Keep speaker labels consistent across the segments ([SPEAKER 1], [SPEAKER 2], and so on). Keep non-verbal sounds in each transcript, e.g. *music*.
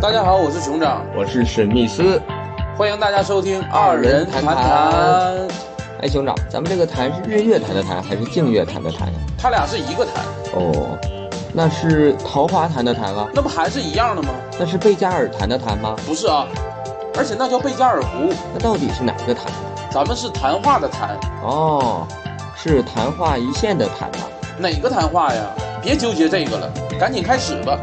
[SPEAKER 1] 大家好，我是熊掌，
[SPEAKER 2] 我是史密斯。
[SPEAKER 1] 欢迎大家收听二人谈谈。
[SPEAKER 2] 哎，熊掌，咱们这个坛是日月坛的坛还是净月坛的坛呀？
[SPEAKER 1] 他俩是一个谈，
[SPEAKER 2] 哦，那是桃花坛的坛啊？
[SPEAKER 1] 那不还是一样的吗？
[SPEAKER 2] 那是贝加尔坛的坛吗？
[SPEAKER 1] 不是啊，而且那叫贝加尔湖，
[SPEAKER 2] 那到底是哪个坛啊？
[SPEAKER 1] 咱们是谈话的谈，
[SPEAKER 2] 哦，是昙花一现的昙吧？
[SPEAKER 1] 哪个谈话呀？别纠结这个了，赶紧开始吧。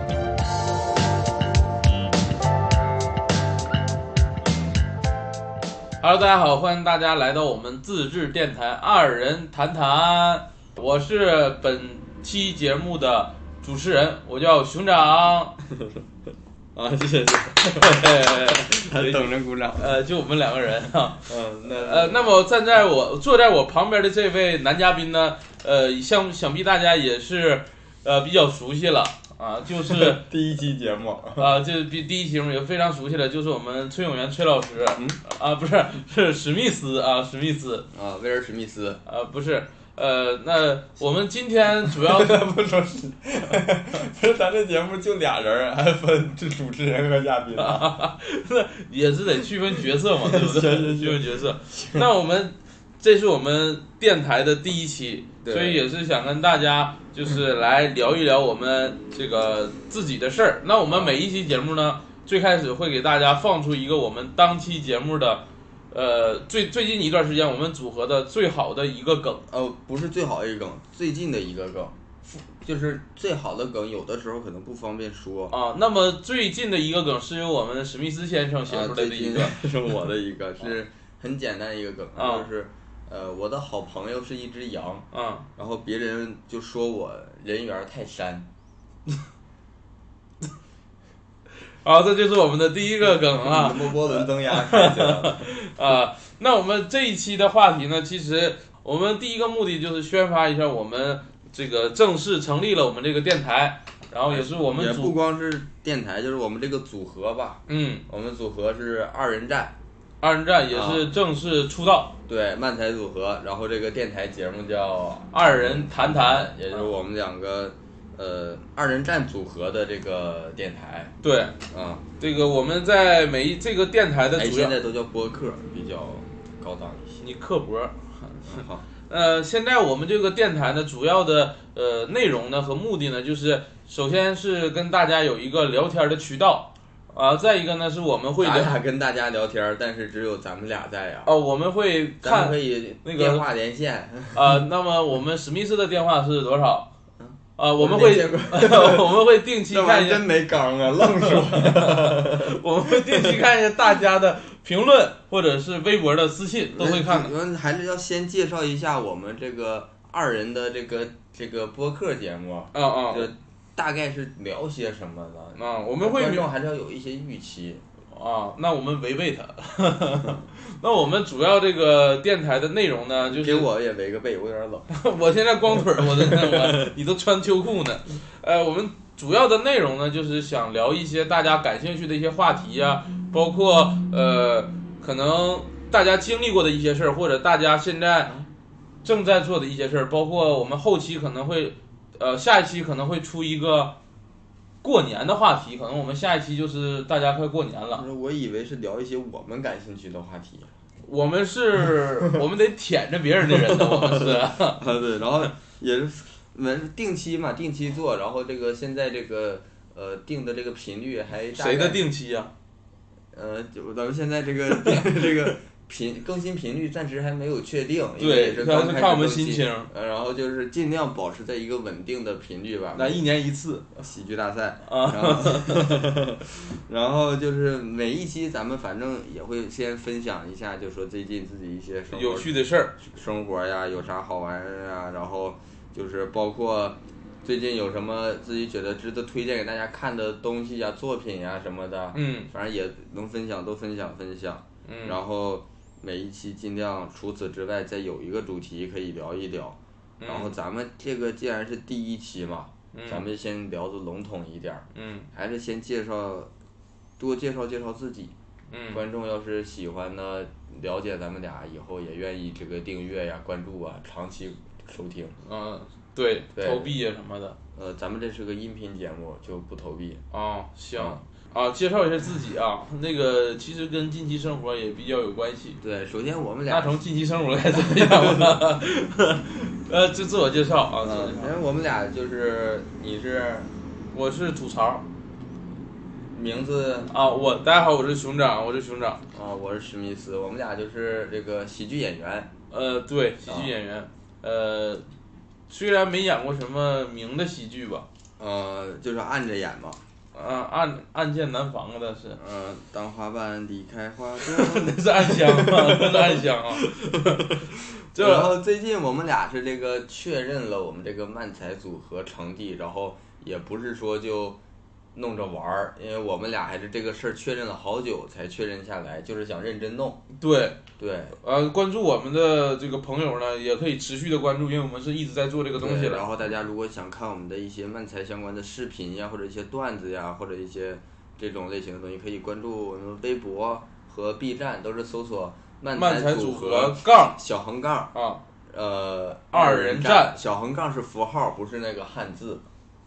[SPEAKER 1] Hello，大家好，欢迎大家来到我们自制电台二人谈谈，我是本期节目的主持人，我叫熊掌。
[SPEAKER 3] *laughs* 啊，谢谢，谢谢等着鼓掌。
[SPEAKER 1] *laughs* 呃，就我们两个人啊。
[SPEAKER 3] 嗯，那
[SPEAKER 1] 呃，那么站在我坐在我旁边的这位男嘉宾呢，呃，想想必大家也是呃比较熟悉了啊，
[SPEAKER 4] *laughs*
[SPEAKER 1] 就是
[SPEAKER 3] 第一期节目， *laughs*
[SPEAKER 1] 啊，这比第一期节目也非常熟悉了，就是我们崔永元崔老师，
[SPEAKER 3] 嗯
[SPEAKER 1] 啊，不是是史密斯啊，史密斯
[SPEAKER 4] 啊，威尔史密斯，
[SPEAKER 1] 啊，不是呃，那我们今天主要
[SPEAKER 3] 不说是，不是咱这节目就俩人儿，还分这主持人和嘉宾
[SPEAKER 1] *laughs*
[SPEAKER 3] 啊。
[SPEAKER 1] 也是得区分角
[SPEAKER 4] *laughs*
[SPEAKER 1] 色嘛，对不
[SPEAKER 3] 行
[SPEAKER 1] 对？
[SPEAKER 3] 行行
[SPEAKER 1] 区分角色。那我们这是我们电台的第一期，
[SPEAKER 4] 对
[SPEAKER 1] 所以也是想跟大家就是来聊一聊我们这个自己的事儿。那我们每一期节目呢，最开始会给大家放出一个我们当期节目的，呃，最最近一段时间我们组合的最好的一个梗。
[SPEAKER 4] 呃，不是最好的一个梗，最近的一个梗，就是最好的梗，有的时候可能不方便说。
[SPEAKER 1] 啊，那么最近的一个梗是由我们史密斯先生写
[SPEAKER 4] 啊，
[SPEAKER 1] 出来
[SPEAKER 4] 最
[SPEAKER 1] 的一
[SPEAKER 4] 近
[SPEAKER 1] 个，
[SPEAKER 4] *laughs* 是我的一个，是很简单一个梗，
[SPEAKER 1] 啊
[SPEAKER 4] 就是呃，我的好朋友是一只羊，
[SPEAKER 1] 嗯，
[SPEAKER 4] 然后别人就说我人缘太山。
[SPEAKER 1] 好、啊这就是我们的第一个梗啊。
[SPEAKER 4] 摩波伦增压开起来了，
[SPEAKER 1] 啊，那我们这一期的话题呢，其实我们第一个目的就是宣发一下我们这个正式成立了我们这个电台，然后也是 *laughs* 我
[SPEAKER 4] 也
[SPEAKER 1] 们
[SPEAKER 4] 不
[SPEAKER 1] 组，
[SPEAKER 4] 光是电台，就是我们这个组合吧，
[SPEAKER 1] 嗯，
[SPEAKER 4] 我们组合是二人战，
[SPEAKER 1] 二人战也
[SPEAKER 4] 啊
[SPEAKER 1] 是正式出道，
[SPEAKER 4] 对，漫才组合，然后这个电台节目叫
[SPEAKER 1] 二人谈谈，
[SPEAKER 4] 也就是我们两个呃二人战组合的这个电台
[SPEAKER 1] 对
[SPEAKER 4] 啊，
[SPEAKER 1] 这个我们在每一这个电台的
[SPEAKER 4] 哎，
[SPEAKER 1] 主要
[SPEAKER 4] 现，在都叫播客，比较高档一些。
[SPEAKER 1] 你刻薄。
[SPEAKER 4] 嗯好，
[SPEAKER 1] 呃，现在我们这个电台呢，主要的呃内容呢和目的呢，就是首先是跟大家有一个聊天的渠道，啊、再一个呢是我们会
[SPEAKER 4] 咱
[SPEAKER 1] 聊，
[SPEAKER 4] 俩跟大家聊天儿，但是只有咱们俩在啊。
[SPEAKER 1] 哦，我们会
[SPEAKER 4] 咱
[SPEAKER 1] 看
[SPEAKER 4] 们可以
[SPEAKER 1] 那个
[SPEAKER 4] 电话连线，
[SPEAKER 1] 啊，那么我们史密斯的电话是多少？啊、 *laughs* 我们
[SPEAKER 4] 没
[SPEAKER 1] 会
[SPEAKER 4] 见过
[SPEAKER 1] *laughs* 我们会定期
[SPEAKER 4] 这玩
[SPEAKER 1] 看
[SPEAKER 4] 意
[SPEAKER 1] 一
[SPEAKER 4] 儿
[SPEAKER 1] 下
[SPEAKER 4] 真，没刚啊，愣说。
[SPEAKER 1] 我们会定期看一下大家的评论或者是微博的私信， *laughs* 都会看的。
[SPEAKER 4] 的。还是要先介绍一下我们这个二人的这个这个播客节目，
[SPEAKER 1] 啊啊
[SPEAKER 4] 就大概是聊些什么呢？
[SPEAKER 1] 啊！我们会
[SPEAKER 4] 观众还是要有一些预期。
[SPEAKER 1] 啊，那我们违背他。 *laughs* 那我们主要这个电台的内容呢，就是
[SPEAKER 4] 给我也围个背，我有点冷。
[SPEAKER 1] *laughs* 我现在光腿儿，我真的 *laughs* 我你都穿秋裤呢。呃，我们主要的内容呢，就是想聊一些大家感兴趣的一些话题呀、包括呃，可能大家经历过的一些事儿，或者大家现在正在做的一些事儿，包括我们后期可能会，呃，下一期可能会出一个过年的话题，可能我们下一期就是大家快过年了。
[SPEAKER 4] 不是，我以为是聊一些我们感兴趣的话题
[SPEAKER 1] 我们是，我们得舔着别人的人呢，我们是。
[SPEAKER 4] *laughs* 啊，对，然后也是我们定期嘛，定期做，然后这个现在这个呃定的这个频率还大概
[SPEAKER 1] 谁的？定期呀、
[SPEAKER 4] 呃，就咱们现在这个 *laughs* 这个频更新频率暂时还没有确定，因为也
[SPEAKER 1] 对，
[SPEAKER 4] 是
[SPEAKER 1] 主
[SPEAKER 4] 刚
[SPEAKER 1] 要
[SPEAKER 4] 开
[SPEAKER 1] 是
[SPEAKER 4] 始
[SPEAKER 1] 看我们
[SPEAKER 4] 更
[SPEAKER 1] 心
[SPEAKER 4] 新
[SPEAKER 1] 情。
[SPEAKER 4] 呃，然后就是尽量保持在一个稳定的频率吧。
[SPEAKER 1] 那一年一次
[SPEAKER 4] 喜剧大赛，
[SPEAKER 1] 啊，
[SPEAKER 4] 然后然后就是每一期咱们反正也会先分享一下，就说最近自己一些生活
[SPEAKER 1] 有趣的事儿，
[SPEAKER 4] 生活呀，有啥好玩儿呀，然后就是包括最近有什么自己觉得值得推荐给大家看的东西呀、作品呀什么的，
[SPEAKER 1] 嗯
[SPEAKER 4] 反正也能分享，都分享分享。
[SPEAKER 1] 嗯，
[SPEAKER 4] 然后每一期尽量除此之外再有一个主题可以聊一聊。
[SPEAKER 1] 嗯
[SPEAKER 4] 然后咱们这个既然是第一期嘛，咱
[SPEAKER 1] 嗯
[SPEAKER 4] 们先聊的笼统一点儿，
[SPEAKER 1] 嗯
[SPEAKER 4] 还是先介绍，多介绍介绍自己。
[SPEAKER 1] 嗯，
[SPEAKER 4] 观众要是喜欢呢，了解咱们俩以后也愿意这个订阅呀、关注啊、长期收听。
[SPEAKER 1] 嗯，对，
[SPEAKER 4] 对
[SPEAKER 1] 投币啊什么的
[SPEAKER 4] 呃，咱们这是个音频节目，就不投币。
[SPEAKER 1] 啊，行
[SPEAKER 4] 嗯
[SPEAKER 1] 啊，介绍一下自己啊，那个其实跟近期生活也比较有关系。
[SPEAKER 4] 对，首先我们
[SPEAKER 1] 那
[SPEAKER 4] 俩，
[SPEAKER 1] 从近期生活来怎么样呢？ *laughs* 呃，就自我介绍啊，自我介
[SPEAKER 4] 嗯，
[SPEAKER 1] 绍
[SPEAKER 4] 因为我们俩就是你是
[SPEAKER 1] 我是吐槽
[SPEAKER 4] 名字
[SPEAKER 1] 啊，我大家好，我是熊掌，我是熊掌。
[SPEAKER 4] 啊、我是史密斯，我们俩就是这个喜剧演员，
[SPEAKER 1] 呃，对，喜剧演员，呃，虽然没演过什么名的喜剧吧，
[SPEAKER 4] 呃，就是按着演嘛，
[SPEAKER 1] 啊，暗暗箭难防啊，但是。
[SPEAKER 4] 呃，当花瓣离开
[SPEAKER 1] *laughs*
[SPEAKER 4] 花朵。
[SPEAKER 1] 那是暗箱 *laughs* 啊，那是暗箱
[SPEAKER 4] *laughs*
[SPEAKER 1] 啊。这
[SPEAKER 4] 然后最近我们俩是这个确认了我们这个漫才组合成绩，然后也不是说就弄着玩儿，因为我们俩还是这个事儿确认了好久才确认下来，就是想认真弄。
[SPEAKER 1] 对，
[SPEAKER 4] 对，
[SPEAKER 1] 呃，关注我们的这个朋友呢，也可以持续的关注，因为我们是一直在做这个东西
[SPEAKER 4] 对
[SPEAKER 1] 的。
[SPEAKER 4] 然后大家如果想看我们的一些漫才相关的视频呀，或者一些段子呀，或者一些这种类型的东西，可以关注我们微博和 B 站，都是搜索“漫
[SPEAKER 1] 漫才
[SPEAKER 4] 组
[SPEAKER 1] 组合杠
[SPEAKER 4] 小横杠
[SPEAKER 1] 啊
[SPEAKER 4] 呃
[SPEAKER 1] 二人
[SPEAKER 4] 人
[SPEAKER 1] 战
[SPEAKER 4] 小横杠是符号，不是那个汉字。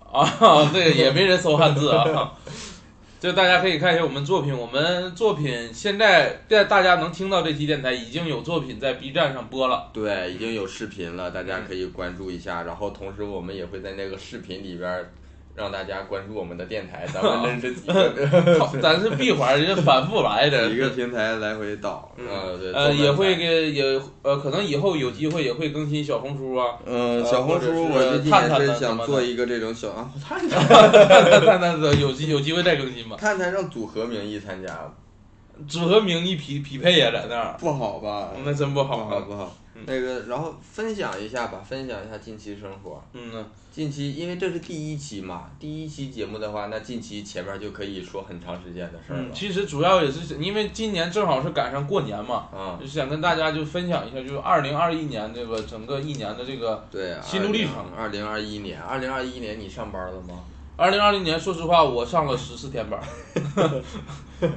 [SPEAKER 1] 啊， *laughs* 对，也没人搜汉字啊。 *laughs* 就大家可以看一下我们作品，我们作品现在在大家能听到这期电台已经有作品在 B 站上播了，
[SPEAKER 4] 对，已经有视频了，大家可以关注一下。然后同时我们也会在那个视频里边儿让大家关注我们的电台，咱们认识几个 *laughs*
[SPEAKER 1] 靠咱是闭环，人家反复来的，
[SPEAKER 4] 一个平台来回倒。
[SPEAKER 1] 嗯
[SPEAKER 4] 呃，对，
[SPEAKER 1] 呃，
[SPEAKER 4] 做
[SPEAKER 1] 也会
[SPEAKER 4] 漫才。
[SPEAKER 1] 给也呃，可能以后有机会也会更新小红书啊，
[SPEAKER 4] 嗯，小红书
[SPEAKER 1] 呃或者
[SPEAKER 4] 我
[SPEAKER 1] 是
[SPEAKER 4] 最近
[SPEAKER 1] 探探
[SPEAKER 4] 也
[SPEAKER 1] 的
[SPEAKER 4] 是
[SPEAKER 1] 什么
[SPEAKER 4] 想
[SPEAKER 1] 的
[SPEAKER 4] 做一个这种小 *laughs* 啊，探探
[SPEAKER 1] 那那那有机有机会再更新吧。
[SPEAKER 4] 探探让组合名义参加，
[SPEAKER 1] 组合名义匹匹配呀，在那儿，
[SPEAKER 4] 不好吧？
[SPEAKER 1] 那真不好
[SPEAKER 4] 嗯不好
[SPEAKER 1] 啊。
[SPEAKER 4] 不好
[SPEAKER 1] 嗯。
[SPEAKER 4] 那个，然后分享一下吧，分享一下近期生活。
[SPEAKER 1] 嗯呢，
[SPEAKER 4] 近期因为这是第一期嘛，第一期节目的话，那近期前面就可以说很长时间的事儿
[SPEAKER 1] 嗯，
[SPEAKER 4] 了。
[SPEAKER 1] 其实主要也是因为今年正好是赶上过年嘛，
[SPEAKER 4] 啊、
[SPEAKER 1] 就是想跟大家就分享一下，就是二零二一年这个整个一年的这个
[SPEAKER 4] 对，啊
[SPEAKER 1] 心路历程。
[SPEAKER 4] 二零二一年，二零二一年你上班了吗？
[SPEAKER 1] 二零二零年。说实话，我上了十四天班。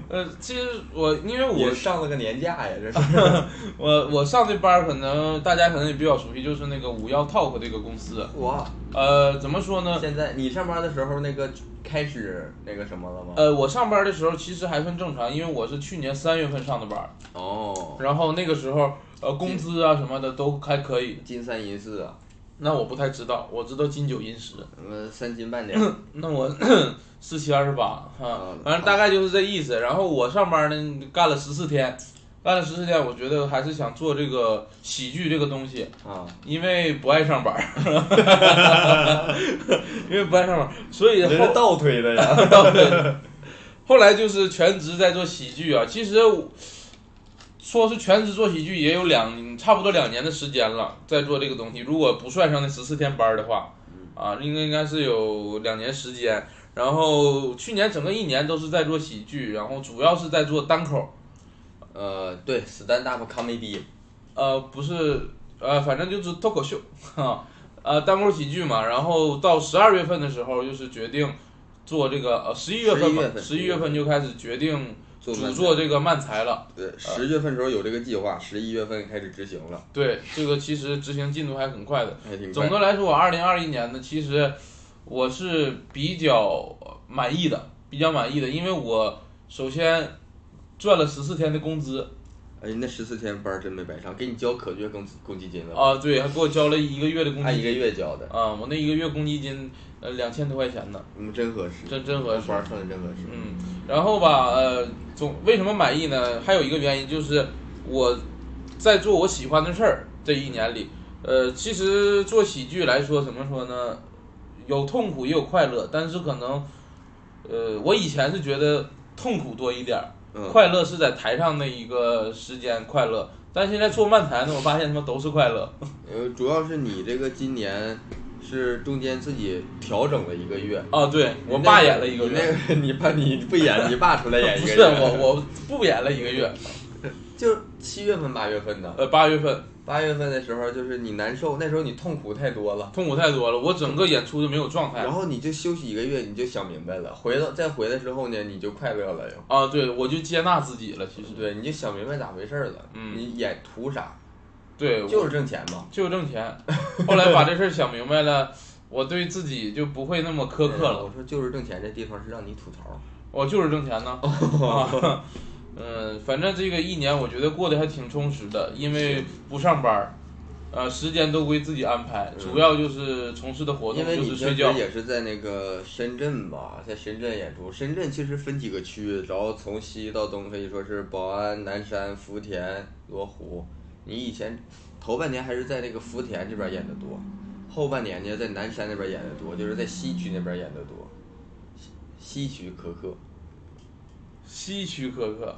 [SPEAKER 1] 呃，其实我因为我
[SPEAKER 4] 也上了个年假呀，这是。 *laughs*
[SPEAKER 1] 我我上这班儿可能大家可能也比较熟悉，就是那个五幺 Talk 这个公司。
[SPEAKER 4] 我
[SPEAKER 1] 呃，怎么说呢？
[SPEAKER 4] 现在你上班的时候，那个开始那个什么了吗？
[SPEAKER 1] 呃，我上班的时候其实还算正常，因为我是去年三月份上的班儿，
[SPEAKER 4] 哦，
[SPEAKER 1] 然后那个时候呃工资啊什么的都还可以。
[SPEAKER 4] 金三银四啊，
[SPEAKER 1] 那我不太知道，我知道金九银十，
[SPEAKER 4] 嗯，三斤半两。
[SPEAKER 1] 那我 *coughs* 四七二十八啊
[SPEAKER 4] 啊，
[SPEAKER 1] 反正大概就是这意思。然后我上班呢干了十四天，干了十四天，我觉得还是想做这个喜剧这个东西，
[SPEAKER 4] 啊，
[SPEAKER 1] 因为不爱上班儿， *laughs* 因为不爱上班儿，所以
[SPEAKER 3] 人
[SPEAKER 1] 后
[SPEAKER 3] 是倒推的呀。
[SPEAKER 1] *laughs* 后来就是全职在做喜剧啊。其实我说是全职做喜剧，也有两差不多两年的时间了，在做这个东西。如果不算上那十四天班儿的话，啊，应该应该是有两年时间。然后去年整个一年都是在做喜剧，然后主要是在做单口，
[SPEAKER 4] *laughs* 呃，对，stand up comedy，
[SPEAKER 1] 呃，不是，呃，反正就是脱口秀， *laughs* 哈，呃，单口喜剧嘛。然后到十二月份的时候，就是决定做这个，呃，十一月份嘛，十
[SPEAKER 4] 11
[SPEAKER 1] 一
[SPEAKER 4] 月
[SPEAKER 1] 月
[SPEAKER 4] 份
[SPEAKER 1] 份就开始决定
[SPEAKER 4] 做
[SPEAKER 1] 主
[SPEAKER 4] 漫
[SPEAKER 1] 做这个漫才了。
[SPEAKER 4] 对，十月份时候有这个计划，十一月份开始执行了，
[SPEAKER 1] 对，这个其实执行进度还很快的。
[SPEAKER 4] 还挺快。
[SPEAKER 1] 总的来说，我二零二一年呢，其实我是比较满意的，比较满意的，因为我首先赚了十四天的工资
[SPEAKER 4] 哎，那十四天班儿真没白上，给你交可月公公积金了吗，
[SPEAKER 1] 啊，对，还给我交了一个月的公
[SPEAKER 4] 按
[SPEAKER 1] 积
[SPEAKER 4] 一个
[SPEAKER 1] 金
[SPEAKER 4] 月交的，
[SPEAKER 1] 啊，我那一个月公积金呃两千多块钱呢，
[SPEAKER 4] 嗯，真合适，
[SPEAKER 1] 真真合适
[SPEAKER 4] 班儿上的真合适。
[SPEAKER 1] 嗯，然后吧，呃，总为什么满意呢？还有一个原因就是我在做我喜欢的事儿，这一年里，呃，其实做喜剧来说，怎么说呢？有痛苦也有快乐，但是可能，呃，我以前是觉得痛苦多一点儿，
[SPEAKER 4] 嗯，
[SPEAKER 1] 快乐是在台上那一个时间快乐，但现在做漫才呢，我发现他妈都是快乐。
[SPEAKER 4] 呃，主要是你这个今年是中间自己调整了一个月，
[SPEAKER 1] 啊，对我爸演了一个
[SPEAKER 4] 你
[SPEAKER 1] 月，
[SPEAKER 4] 那个 *laughs* 你爸你不演，你爸出来演
[SPEAKER 1] *laughs*
[SPEAKER 4] 一
[SPEAKER 1] 不
[SPEAKER 4] 个月，
[SPEAKER 1] 是我，我不演了一个月，
[SPEAKER 4] 就七月份八月份的，
[SPEAKER 1] 呃，八月份
[SPEAKER 4] 八月份的时候就是你难受，那时候你痛苦太多了。
[SPEAKER 1] 痛苦太多了，我整个演出就没有状态
[SPEAKER 4] 然。后你就休息一个月，你就想明白了。回到再回来之后呢，你就快乐了又。
[SPEAKER 1] 啊，对，我就接纳自己了，其实
[SPEAKER 4] 对，你就想明白咋回事儿了。
[SPEAKER 1] 嗯
[SPEAKER 4] 你演图啥？
[SPEAKER 1] 对，我
[SPEAKER 4] 就是挣钱嘛。
[SPEAKER 1] 就挣钱。后来把这事儿想明白了，我对自己就不会那么苛刻
[SPEAKER 4] 嗯我
[SPEAKER 1] 了。 *laughs*
[SPEAKER 4] 说就是挣钱，这地方是让你吐槽。
[SPEAKER 1] 我就是挣钱呢。
[SPEAKER 4] 哦
[SPEAKER 1] 啊， *laughs* 嗯，反正这个一年我觉得过得还挺充实的，因为不上班儿，呃，时间都归自己安排，
[SPEAKER 4] 嗯
[SPEAKER 1] 主要就是从事的活动
[SPEAKER 4] 因为
[SPEAKER 1] 就
[SPEAKER 4] 你
[SPEAKER 1] 是
[SPEAKER 4] 平
[SPEAKER 1] 睡
[SPEAKER 4] 时
[SPEAKER 1] 觉。
[SPEAKER 4] 也是在那个深圳吧，在深圳演出。深圳其实分几个区，然后从西到东可以说是宝安、南山、福田、罗湖。你以前头半年还是在那个福田这边演的多，后半年呢在南山那边演的多，就是在西区那边演的多。西西区可可
[SPEAKER 1] 西区可可，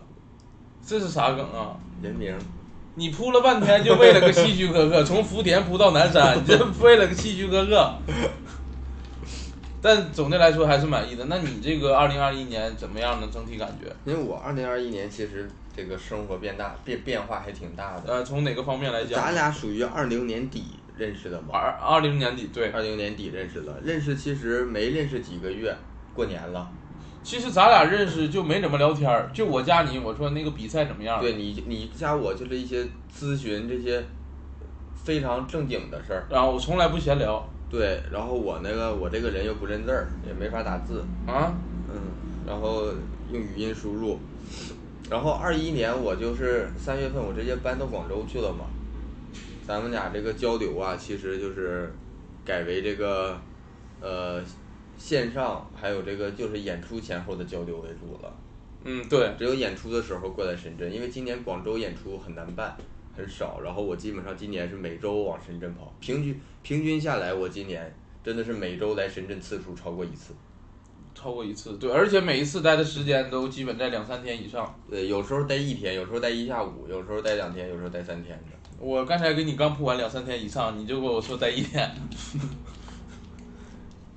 [SPEAKER 1] 这是啥梗啊？
[SPEAKER 4] 人名，
[SPEAKER 1] 你铺了半天就为了个西区可可，从福田铺到南山，你这为了个西区可可。但总的来说还是满意的。那你这个二零二一年怎么样呢？整体感觉？
[SPEAKER 4] 因为我二零二一年其实这个生活变大，变变化还挺大的。
[SPEAKER 1] 呃，从哪个方面来讲？
[SPEAKER 4] 咱俩属于二零年底认识的嘛，
[SPEAKER 1] 二二零年底对，
[SPEAKER 4] 二零年底认识的，认识其实没认识几个月，过年了。
[SPEAKER 1] 其实咱俩认识就没怎么聊天儿，就我加你，我说那个比赛怎么样？
[SPEAKER 4] 对你，你加我就是一些咨询这些非常正经的事儿。
[SPEAKER 1] 然后我从来不闲聊
[SPEAKER 4] 对，然后我那个我这个人又不认字儿，也没法打字，
[SPEAKER 1] 啊，
[SPEAKER 4] 嗯，然后用语音输入。然后二一年我就是三月份我直接搬到广州去了嘛，咱们俩这个交流啊，其实就是改为这个呃线上，还有这个就是演出前后的交流为主了。
[SPEAKER 1] 嗯，对，
[SPEAKER 4] 只有演出的时候过来深圳，因为今年广州演出很难办，很少。然后我基本上今年是每周往深圳跑，平均平均下来，我今年真的是每周来深圳次数超过一次。
[SPEAKER 1] 超过一次，对，而且每一次待的时间都基本在两三天以上。
[SPEAKER 4] 对，呃有时候待一天，有时候待一下午，有时候待两天，有时候待三天的。
[SPEAKER 1] 我刚才给你刚铺完两三天以上，你就跟我说待一天。 *laughs*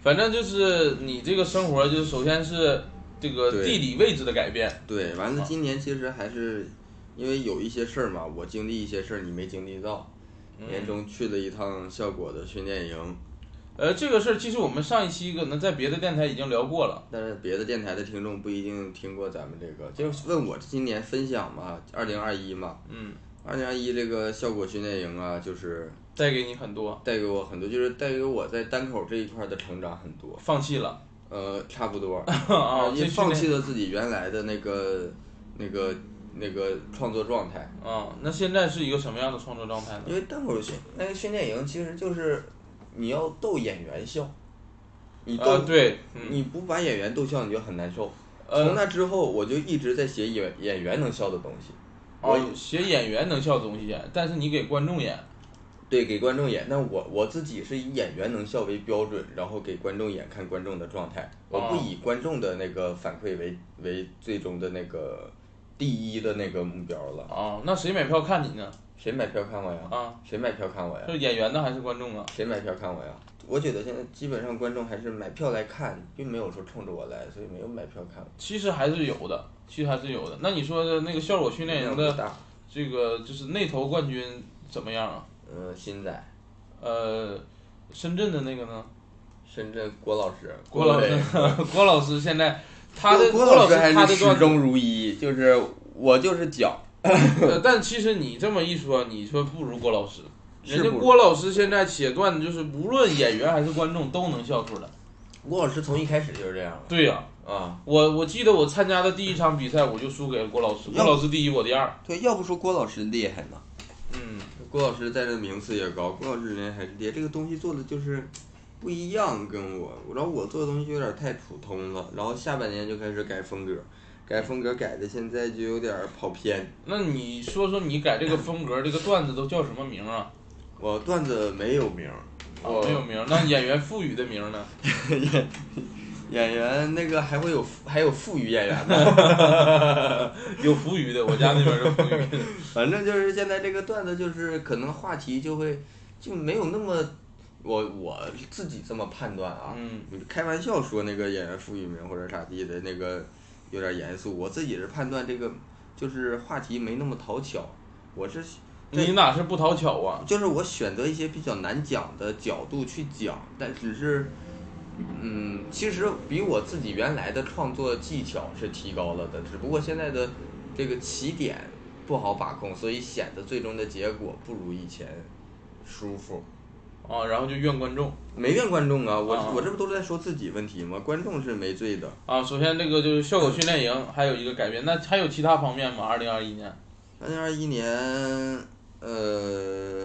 [SPEAKER 1] 反正就是你这个生活，就是首先是这个
[SPEAKER 4] 对
[SPEAKER 1] 地理位置的改变，
[SPEAKER 4] 对，完了今年其实还是因为有一些事儿嘛，我经历一些事儿你没经历到。年终去了一趟效果的训练营，
[SPEAKER 1] 呃，这个事儿其实我们上一期可能在别的电台已经聊过了，
[SPEAKER 4] 但是别的电台的听众不一定听过咱们这个，就是问我今年分享嘛，二零二一嘛，
[SPEAKER 1] 嗯，
[SPEAKER 4] 二零二一这个效果训练营啊，就是
[SPEAKER 1] 带给你很多，
[SPEAKER 4] 带给我很多，就是带给我在单口这一块的成长很多。
[SPEAKER 1] 放弃了 *laughs*
[SPEAKER 4] 呃，差不多，
[SPEAKER 1] 啊，
[SPEAKER 4] 也
[SPEAKER 1] 这训练
[SPEAKER 4] 放弃了自己原来的那个、那个、那个创作状态。
[SPEAKER 1] 啊，那现在是一个什么样的创作状态呢？
[SPEAKER 4] 因为单口训那个训练营其实就是你要逗演员笑，你逗、
[SPEAKER 1] 啊，对，嗯，
[SPEAKER 4] 你不把演员逗笑，你就很难受。从
[SPEAKER 1] 呃，
[SPEAKER 4] 那之后，我就一直在写演演员能笑的东西。我
[SPEAKER 1] 哦，写演员能笑的东西，但是你给观众演，
[SPEAKER 4] 对，给观众演。那我我自己是以演员能笑为标准，然后给观众演，看观众的状态。我不
[SPEAKER 1] 哦
[SPEAKER 4] 以观众的那个反馈为为最终的那个第一的那个目标了。
[SPEAKER 1] 啊，那谁买票看你呢？
[SPEAKER 4] 谁买票看我呀？
[SPEAKER 1] 啊，
[SPEAKER 4] 谁买票看我呀？
[SPEAKER 1] 是演员呢还是观众啊？
[SPEAKER 4] 谁买票看我呀？我觉得现在基本上观众还是买票来看，并没有说冲着我来，所以没有买票看我。
[SPEAKER 1] 其实还是有的，其实还是有的。那你说的那个效果训练营
[SPEAKER 4] 量
[SPEAKER 1] 的
[SPEAKER 4] 不大，
[SPEAKER 1] 这个就是那头冠军怎么样啊？
[SPEAKER 4] 嗯、新仔、
[SPEAKER 1] 呃，深圳的那个
[SPEAKER 4] *laughs*
[SPEAKER 1] 呢？
[SPEAKER 4] 深圳郭老师，
[SPEAKER 1] 郭老
[SPEAKER 4] 磊
[SPEAKER 1] 师，郭老师现在他的
[SPEAKER 4] *laughs* 郭
[SPEAKER 1] 老
[SPEAKER 4] 师还
[SPEAKER 1] 他
[SPEAKER 4] 是
[SPEAKER 1] 的
[SPEAKER 4] 始
[SPEAKER 1] 段子，
[SPEAKER 4] 终如一，就是我就是讲。
[SPEAKER 1] 呃但其实你这么一说，你说不如郭老师。
[SPEAKER 4] 是
[SPEAKER 1] 人家
[SPEAKER 4] 不如
[SPEAKER 1] 郭老师现在写段子，就是无论演员还是观众都能笑出来。
[SPEAKER 4] 郭老师从一开始就是这样了
[SPEAKER 1] 对呀、
[SPEAKER 4] 啊。
[SPEAKER 1] 我我记得我参加的第一场比赛，我就输给了郭老师，郭
[SPEAKER 4] 要
[SPEAKER 1] 老师第一，我第二。
[SPEAKER 4] 对，要不说郭老师厉害呢？
[SPEAKER 1] 嗯，
[SPEAKER 4] 郭老师在这名次也高，郭老师人还是厉害。这个东西做的就是不一样，跟我，然后我做的东西有点太普通了。然后下半年就开始改风格，改风格改的现在就有点跑偏。
[SPEAKER 1] 那你说说你改这个风格，这个段子都叫什么名啊？
[SPEAKER 4] 我段子没有名儿，
[SPEAKER 1] 啊，没有名儿，那演员赋予的名儿呢？
[SPEAKER 4] 演 *laughs* 演员那个还会有还有富裕演员呢。
[SPEAKER 1] *laughs* 有浮鱼的，我家那边是浮 *laughs* 鱼的。
[SPEAKER 4] *laughs* 反正就是现在这个段子就是可能话题就会就没有那么。我我自己这么判断啊，
[SPEAKER 1] 嗯，
[SPEAKER 4] 你开玩笑说那个演员傅玉明或者咋地的那个有点严肃，我自己是判断这个就是话题没那么讨巧，我是
[SPEAKER 1] 你哪是不讨巧啊？
[SPEAKER 4] 就是我选择一些比较难讲的角度去讲，但只是嗯，其实比我自己原来的创作技巧是提高了的，只不过现在的这个起点不好把控，所以显得最终的结果不如以前舒服。
[SPEAKER 1] 啊，然后就怨观众
[SPEAKER 4] 没怨观众啊，我
[SPEAKER 1] 啊
[SPEAKER 4] 我这不都是在说自己问题吗？观众是没罪的。
[SPEAKER 1] 啊。首先这个就是效果训练营，还有一个改变，那还有其他方面吗？二零二一年
[SPEAKER 4] 二零二一年，呃，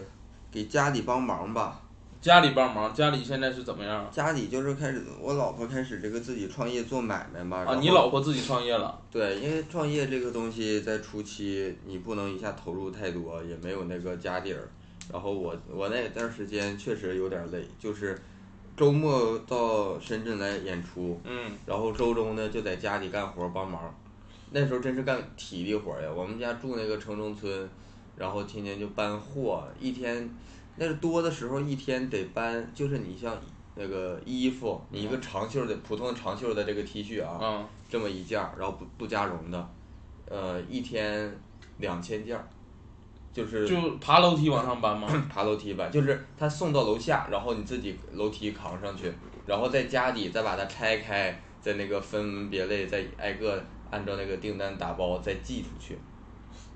[SPEAKER 4] 给家里帮忙吧。
[SPEAKER 1] 家里帮忙，家里现在是怎么样啊？
[SPEAKER 4] 家里就是开始，我老婆开始这个自己创业做买卖嘛。
[SPEAKER 1] 啊，
[SPEAKER 4] 然后
[SPEAKER 1] 你老婆自己创业了
[SPEAKER 4] 对，因为创业这个东西在初期你不能一下投入太多，也没有那个家底儿。然后我我那段时间确实有点累，就是周末到深圳来演出，
[SPEAKER 1] 嗯，
[SPEAKER 4] 然后周中呢就在家里干活帮忙。那时候真是干体力活儿呀，我们家住那个城中村，然后天天就搬货，一天那是多的时候一天得搬，就是你像那个衣服，你一个长袖的普通的长袖的这个 T 恤啊，
[SPEAKER 1] 啊
[SPEAKER 4] 这么一件儿，然后不不加绒的，呃，一天两千件儿，就是
[SPEAKER 1] 就爬楼梯往上搬嘛。
[SPEAKER 4] 爬楼梯吧，就是他送到楼下，然后你自己楼梯扛上去，然后在家里再把它拆开，在那个分门别类，再挨个按照那个订单打包再寄出去，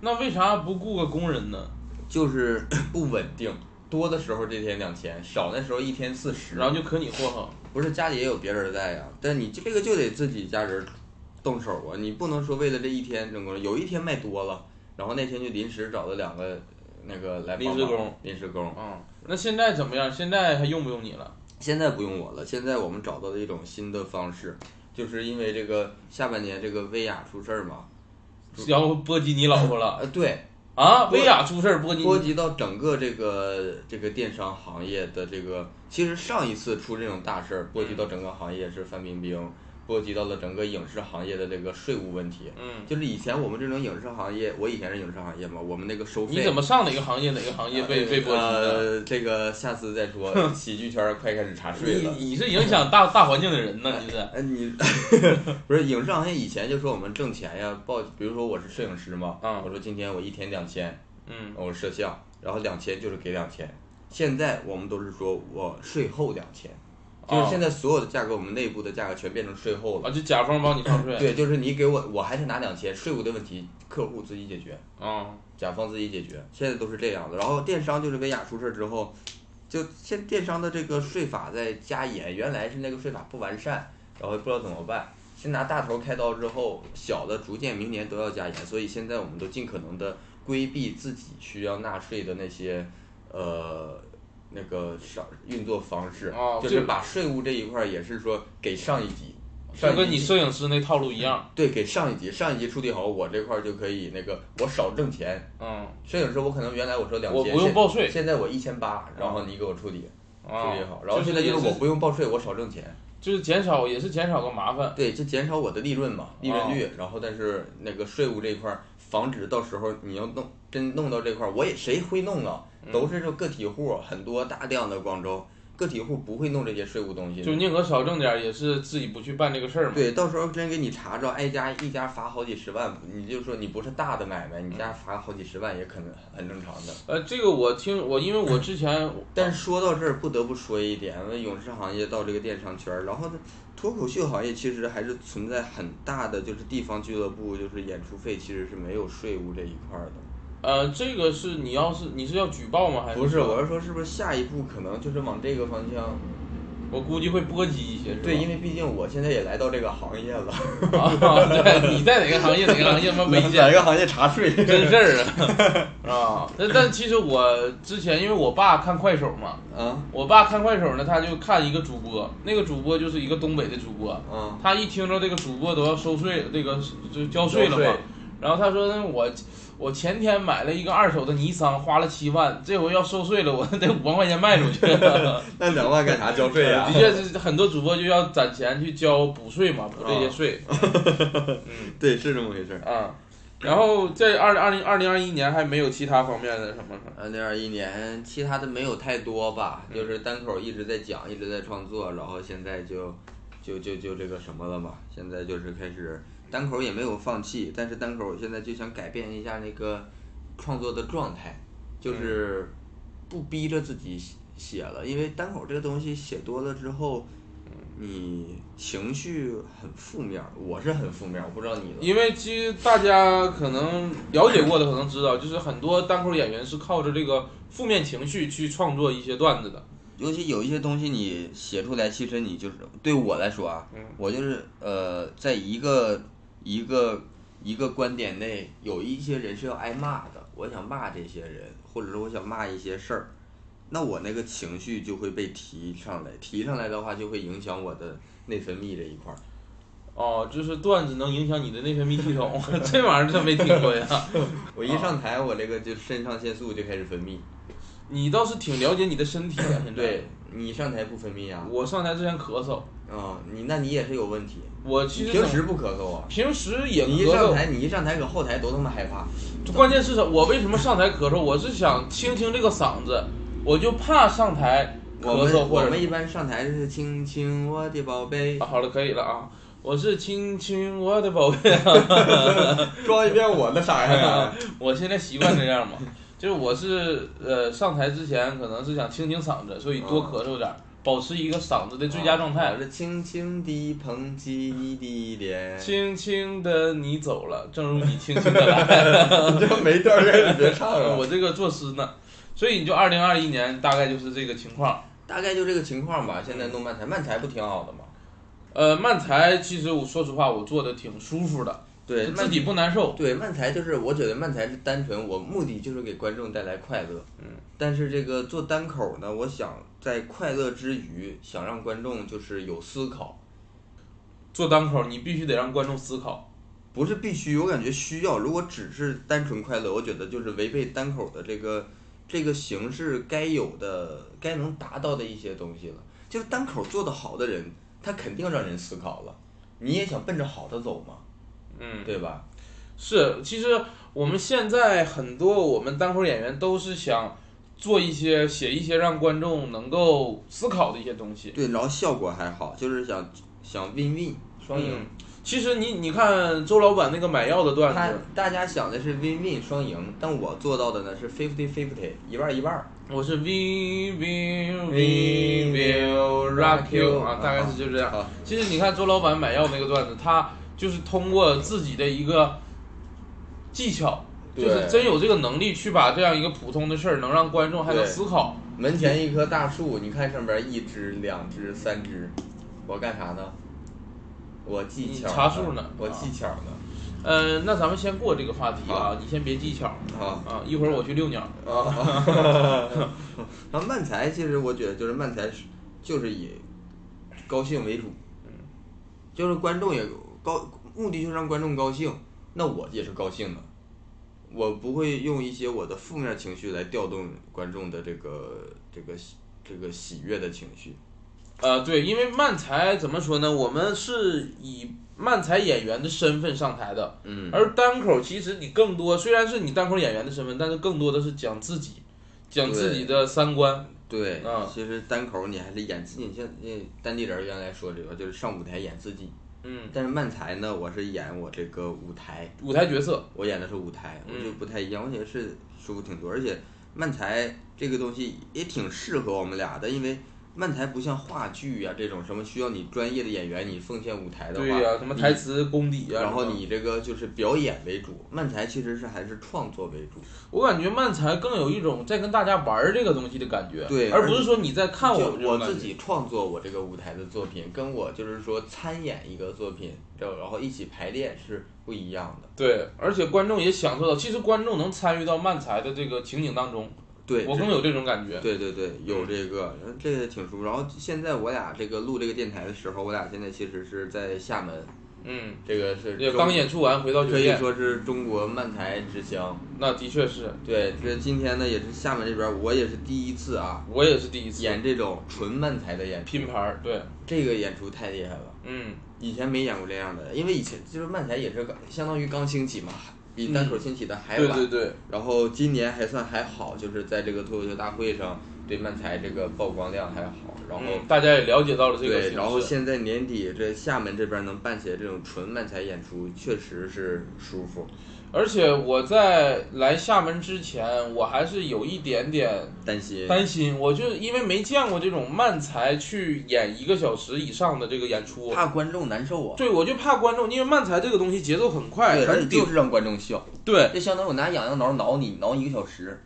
[SPEAKER 1] 那为啥不雇个工人呢？
[SPEAKER 4] 就是 *coughs* 不稳定。多的时候这天两千，少的时候一天四十。
[SPEAKER 1] 然后就可你祸横。
[SPEAKER 4] 不是家里也有别人在呀，但你这个就得自己家人动手啊，你不能说为了这一天整个，有一天卖多了，然后那天就临时找了两个那个来帮忙
[SPEAKER 1] 临时工，
[SPEAKER 4] 临时工。
[SPEAKER 1] 嗯，那现在怎么样？现在还用不用你了？
[SPEAKER 4] 现在不用我了，现在我们找到了一种新的方式，就是因为这个下半年这个薇娅出事儿嘛，
[SPEAKER 1] 然后波及你老婆了
[SPEAKER 4] 呃，对，
[SPEAKER 1] 啊？
[SPEAKER 4] 波
[SPEAKER 1] 薇娅出事儿波及
[SPEAKER 4] 波
[SPEAKER 1] 你
[SPEAKER 4] 及到整个这个这个电商行业的这个，其实上一次出这种大事儿，波
[SPEAKER 1] 嗯
[SPEAKER 4] 及到整个行业是范冰冰，波及到了整个影视行业的这个税务问题。
[SPEAKER 1] 嗯，
[SPEAKER 4] 就是以前我们这种影视行业，我以前是影视行业嘛，我们那个收费啊
[SPEAKER 1] 你怎么上哪个行业哪个行业被被波及的？
[SPEAKER 4] 呃，这个下次再
[SPEAKER 1] *laughs*
[SPEAKER 4] 说。喜剧圈儿快开始查税
[SPEAKER 1] 你
[SPEAKER 4] 了。
[SPEAKER 1] 你是影响大大环境的人呢？你是 *laughs*
[SPEAKER 4] 哎，你 *laughs* 不是影视行业以前就说我们挣钱呀，报，比如说我是摄影师嘛，
[SPEAKER 1] 嗯
[SPEAKER 4] 我说今天我一天两千，
[SPEAKER 1] 嗯
[SPEAKER 4] 我摄像，然后两千就是给两千。现在我们都是说我税后两千，就是
[SPEAKER 1] 哦
[SPEAKER 4] 现在所有的价格，我们内部的价格全变成税后了。
[SPEAKER 1] 啊，就甲方帮你上税
[SPEAKER 4] 对，就是你给我，我还是拿两千，税务的问题客户自己解决，
[SPEAKER 1] 啊，
[SPEAKER 4] 甲方自己解决，现在都是这样的。然后电商就是薇娅出事之后，就现电商的这个税法在加严，原来是那个税法不完善，然后不知道怎么办。先拿大头开刀之后，小的逐渐明年都要加严，所以现在我们都尽可能的规避自己需要纳税的那些，呃，那个上运作方式，
[SPEAKER 1] 哦
[SPEAKER 4] 就
[SPEAKER 1] 这
[SPEAKER 4] 是
[SPEAKER 1] 个
[SPEAKER 4] 把税务这一块儿也是说给上一级，上
[SPEAKER 1] 就
[SPEAKER 4] 一
[SPEAKER 1] 跟你
[SPEAKER 4] 级
[SPEAKER 1] 摄影师那套路一样。
[SPEAKER 4] 对给上一级，上一级处理好，我这块儿就可以那个我少挣钱，
[SPEAKER 1] 嗯
[SPEAKER 4] 摄影师，我可能原来我说两千，
[SPEAKER 1] 我不用报税
[SPEAKER 4] 现现在我一千八，然后你给我处理，
[SPEAKER 1] 啊
[SPEAKER 4] 处理好，，然后
[SPEAKER 1] 就
[SPEAKER 4] 现在
[SPEAKER 1] 也
[SPEAKER 4] 就是我不用报税，我少挣钱，
[SPEAKER 1] 就是减少也是减少个麻烦。
[SPEAKER 4] 对，就减少我的利润嘛，利
[SPEAKER 1] 啊
[SPEAKER 4] 润率，然后但是那个税务这一块儿，防止到时候你要弄真弄到这块儿，我也谁会弄啊？
[SPEAKER 1] 嗯
[SPEAKER 4] 都是这个体户，很多大量的广州个体户不会弄这些税务东西的，
[SPEAKER 1] 就宁可少挣点儿，也是自己不去办这个事儿嘛。
[SPEAKER 4] 嗯对，到时候真给你查着，挨家一家罚好几十万，你就说你不是大的买卖，
[SPEAKER 1] 嗯
[SPEAKER 4] 你家罚好几十万也可能很正常的。
[SPEAKER 1] 呃，这个我听我，因为我之前，
[SPEAKER 4] 嗯但是说到这儿，不得不说一点，影视行业到这个电商圈儿，然后呢，脱口秀行业其实还是存在很大的，就是地方俱乐部，就是演出费其实是没有税务这一块儿的。
[SPEAKER 1] 呃，这个是你要是你是要举报吗？还是
[SPEAKER 4] 不是，我是说，是不是下一步可能就是往这个方向？
[SPEAKER 1] 我估计会波及一些，是吧
[SPEAKER 4] 对，因为毕竟我现在也来到这个行
[SPEAKER 1] *laughs*
[SPEAKER 4] 业了，
[SPEAKER 1] 啊，对，你在哪个行业哪个行业他妈危
[SPEAKER 4] *laughs* 哪
[SPEAKER 1] 险，
[SPEAKER 4] 个行业查
[SPEAKER 1] *laughs*
[SPEAKER 4] 税？
[SPEAKER 1] 真事儿
[SPEAKER 4] *laughs*
[SPEAKER 1] 啊啊！但但其实我之前因为我爸看快手嘛，
[SPEAKER 4] 啊
[SPEAKER 1] 我爸看快手呢，他就看一个主播，那个主播就是一个东北的主播，
[SPEAKER 4] 啊
[SPEAKER 1] 他一听着这个主播都要收税，这个就交税了
[SPEAKER 4] 交
[SPEAKER 1] 嘛
[SPEAKER 4] 税，
[SPEAKER 1] 然后他说那我。我前天买了一个二手的尼桑，花了七万，这回要收税了，我得五万块钱卖
[SPEAKER 4] *laughs*
[SPEAKER 1] 出去。
[SPEAKER 4] 那两万干啥交税啊呀、
[SPEAKER 1] 的
[SPEAKER 4] *laughs*
[SPEAKER 1] 确是很多主播就要攒钱去交补税嘛，补
[SPEAKER 4] 啊
[SPEAKER 1] 这些税。
[SPEAKER 4] 嗯对，是这么回事儿。
[SPEAKER 1] 啊，然后在二二零二零二一年还没有其他方面的什么呢？
[SPEAKER 4] 二零二一年，其他的没有太多吧，
[SPEAKER 1] 嗯
[SPEAKER 4] 就是单口一直在讲，一直在创作，然后现在就，就就就这个什么了嘛，现在就是开始单口也没有放弃，但是单口我现在就想改变一下那个创作的状态，就是不逼着自己写写了，因为单口这个东西写多了之后，你情绪很负面，我是很负面，我不知道你了。
[SPEAKER 1] 因为其实大家可能了解过的可能知道，就是很多单口演员是靠着这个负面情绪去创作一些段子的。
[SPEAKER 4] 尤其有一些东西你写出来，其实你就是对我来说啊，
[SPEAKER 1] 嗯
[SPEAKER 4] 我就是呃，在一个一个一个观点内，有一些人是要挨骂的，我想骂这些人，或者是我想骂一些事儿，那我那个情绪就会被提上来，提上来的话就会影响我的内分泌这一块儿。
[SPEAKER 1] 哦，就是段子能影响你的内分泌系统， *laughs* 这玩意儿真没听过呀。
[SPEAKER 4] 我一上台，我这个就肾上腺素就开始分泌。
[SPEAKER 1] *laughs*
[SPEAKER 4] 啊
[SPEAKER 1] 你倒是挺了解你的身 *laughs* 体的，现在。
[SPEAKER 4] 对，你上台不分泌啊呀、
[SPEAKER 1] 我上台之前咳嗽，
[SPEAKER 4] 啊，你那你也是有问题。
[SPEAKER 1] 我其
[SPEAKER 4] 你
[SPEAKER 1] 实
[SPEAKER 4] 平时不咳嗽啊？
[SPEAKER 1] 平时也
[SPEAKER 4] 你一
[SPEAKER 1] 咳
[SPEAKER 4] 上
[SPEAKER 1] 嗽，
[SPEAKER 4] 台，你一上台搁后台都他妈害怕。
[SPEAKER 1] 关键是什？我为什么上台咳嗽？我是想清清这个嗓子，我就怕上台
[SPEAKER 4] 我
[SPEAKER 1] 咳
[SPEAKER 4] 们
[SPEAKER 1] 嗽
[SPEAKER 4] 我
[SPEAKER 1] 或者
[SPEAKER 4] 们一般上台是亲亲我的宝贝
[SPEAKER 1] 啊，，好了，可以了啊。我是亲亲我的宝贝啊，
[SPEAKER 4] 装一遍我的啥呀？
[SPEAKER 1] *laughs* 我现在习惯这样嘛，就是我是呃上台之前可能是想清清嗓子，所以多咳嗽点儿，保持一个嗓子的最佳状态
[SPEAKER 4] 我。是轻轻地捧起你的脸。
[SPEAKER 1] 轻轻的你走了，正如你轻轻的来。 *laughs*
[SPEAKER 4] 这没调儿，你别唱
[SPEAKER 1] 我这个作诗呢，所以你就二零二一年大概就是这个情况。
[SPEAKER 4] 大概就这个情况吧。现在弄漫才，漫才不挺好的吗？
[SPEAKER 1] 呃，漫才其实我说实话，我做的挺舒服的，
[SPEAKER 4] 对，
[SPEAKER 1] 自
[SPEAKER 4] 漫
[SPEAKER 1] 己不难受。
[SPEAKER 4] 对漫才就是，我觉得漫才是单纯，我目的就是给观众带来快乐。
[SPEAKER 1] 嗯，
[SPEAKER 4] 但是这个做单口呢，我想在快乐之余，想让观众就是有思考，
[SPEAKER 1] 做单口你必须得让观众思考。
[SPEAKER 4] 不是必须，我感觉需要。如果只是单纯快乐，我觉得就是违背单口的这个这个形式该有的、该能达到的一些东西了。就是单口做得好的人，他肯定让人思考了。你也想奔着好的走嘛，
[SPEAKER 1] 嗯，
[SPEAKER 4] 对吧？
[SPEAKER 1] 是，其实我们现在很多我们单口演员都是想做一些写一些让观众能够思考的一些东西。
[SPEAKER 4] 对，然后效果还好，就是想想 win win 双赢。
[SPEAKER 1] 嗯其实你你看周老板那个买药的段
[SPEAKER 4] 他
[SPEAKER 1] 子，
[SPEAKER 4] 大家想的是 win win 双赢，但我做到的呢是 fifty fifty 一半儿一半儿。
[SPEAKER 1] 我是 We will we will rock you 啊，大概是就这样。
[SPEAKER 4] 好
[SPEAKER 1] 其实你看周老板买药那个段子，他就是通过自己的一个技巧，就
[SPEAKER 4] 对
[SPEAKER 1] 是真有这个能力去把这样一个普通的事儿，能让观众还能
[SPEAKER 4] 对
[SPEAKER 1] 思考。
[SPEAKER 4] 门前一棵大树，你看上边一只、两只、三只，我干啥呢？我技巧
[SPEAKER 1] 你查数呢
[SPEAKER 4] 我技巧呢。
[SPEAKER 1] 呃，那咱们先过这个话题啊
[SPEAKER 4] 好，
[SPEAKER 1] 你先别技巧
[SPEAKER 4] *laughs* 啊
[SPEAKER 1] 啊，一会儿我去遛鸟。
[SPEAKER 4] 啊！然后漫才其实我觉得就是漫才是就是以高兴为主，就是观众也高，目的就是让观众高兴，那我也是高兴的。我不会用一些我的负面情绪来调动观众的这个这个喜这个喜悦的情绪。
[SPEAKER 1] 呃，对，因为漫才怎么说呢，我们是以漫才演员的身份上台的，
[SPEAKER 4] 嗯，
[SPEAKER 1] 而单口其实你更多虽然是你单口演员的身份，但是更多的是讲自己，讲自己的三观。
[SPEAKER 4] 对，
[SPEAKER 1] 啊
[SPEAKER 4] 其实单口你还得演自己，像那单立人原来说这个就是上舞台演自己，
[SPEAKER 1] 嗯，
[SPEAKER 4] 但是漫才呢，我是演我这个舞台，
[SPEAKER 1] 舞台角色，
[SPEAKER 4] 我演的是舞台，
[SPEAKER 1] 嗯
[SPEAKER 4] 我就不太一样，我觉得是舒服挺多，而且漫才这个东西也挺适合我们俩的，因为漫才不像话剧呀、这种什么需要你专业的演员，你奉献舞台的话，
[SPEAKER 1] 对呀、什么
[SPEAKER 4] 你
[SPEAKER 1] 台词功底呀、
[SPEAKER 4] 然后
[SPEAKER 1] 什么
[SPEAKER 4] 你这个就是表演为主，漫才其实是还是创作为主，
[SPEAKER 1] 我感觉漫才更有一种在跟大家玩儿这个东西的感觉，
[SPEAKER 4] 对
[SPEAKER 1] 而不是说你在看
[SPEAKER 4] 就
[SPEAKER 1] 我这种
[SPEAKER 4] 我
[SPEAKER 1] 感觉
[SPEAKER 4] 自己创作我这个舞台的作品，跟我就是说参演一个作品，然后然后一起排练是不一样的。
[SPEAKER 1] 对，而且观众也享受到，其实观众能参与到漫才的这个情景当中，
[SPEAKER 4] 对，
[SPEAKER 1] 我
[SPEAKER 4] 这
[SPEAKER 1] 更有这种感觉。
[SPEAKER 4] 对对对，有这个，嗯这个挺舒服。然后现在我俩这个录这个电台的时候，我俩现在其实是在厦门，
[SPEAKER 1] 嗯，
[SPEAKER 4] 这个是
[SPEAKER 1] 也
[SPEAKER 4] 中
[SPEAKER 1] 刚演出完回到酒
[SPEAKER 4] 可以
[SPEAKER 1] 店，
[SPEAKER 4] 说是中国漫才之乡。
[SPEAKER 1] 那的确是
[SPEAKER 4] 对，这今天呢也是厦门这边，我也是第一次啊，
[SPEAKER 1] 我也是第一次
[SPEAKER 4] 演这种纯漫才的演出，
[SPEAKER 1] 拼盘儿，对，
[SPEAKER 4] 这个演出太厉害了。
[SPEAKER 1] 嗯，
[SPEAKER 4] 以前没演过这样的，因为以前就是漫才也是刚相当于刚兴起嘛，比单口兴起的还
[SPEAKER 1] 对
[SPEAKER 4] 晚。
[SPEAKER 1] 对对，
[SPEAKER 4] 然后今年还算还好，就是在这个脱口秀大会上对漫才这个曝光量还好，然后、
[SPEAKER 1] 嗯大家也了解到了这个
[SPEAKER 4] 对，
[SPEAKER 1] 形
[SPEAKER 4] 然后
[SPEAKER 1] 式，
[SPEAKER 4] 现在年底这厦门这边能办起来这种纯漫才演出，确实是舒服，
[SPEAKER 1] 而且我在来厦门之前，我还是有一点点
[SPEAKER 4] 担心。
[SPEAKER 1] 担心，我就因为没见过这种漫才去演一个小时以上的这个演出，
[SPEAKER 4] 怕观众难受啊，
[SPEAKER 1] 对我就怕观众，因为漫才这个东西节奏很快，
[SPEAKER 4] 对，而且
[SPEAKER 1] 很顶
[SPEAKER 4] 就，是让观众笑，
[SPEAKER 1] 对，
[SPEAKER 4] 这相当于我拿痒痒挠挠你挠一个小时，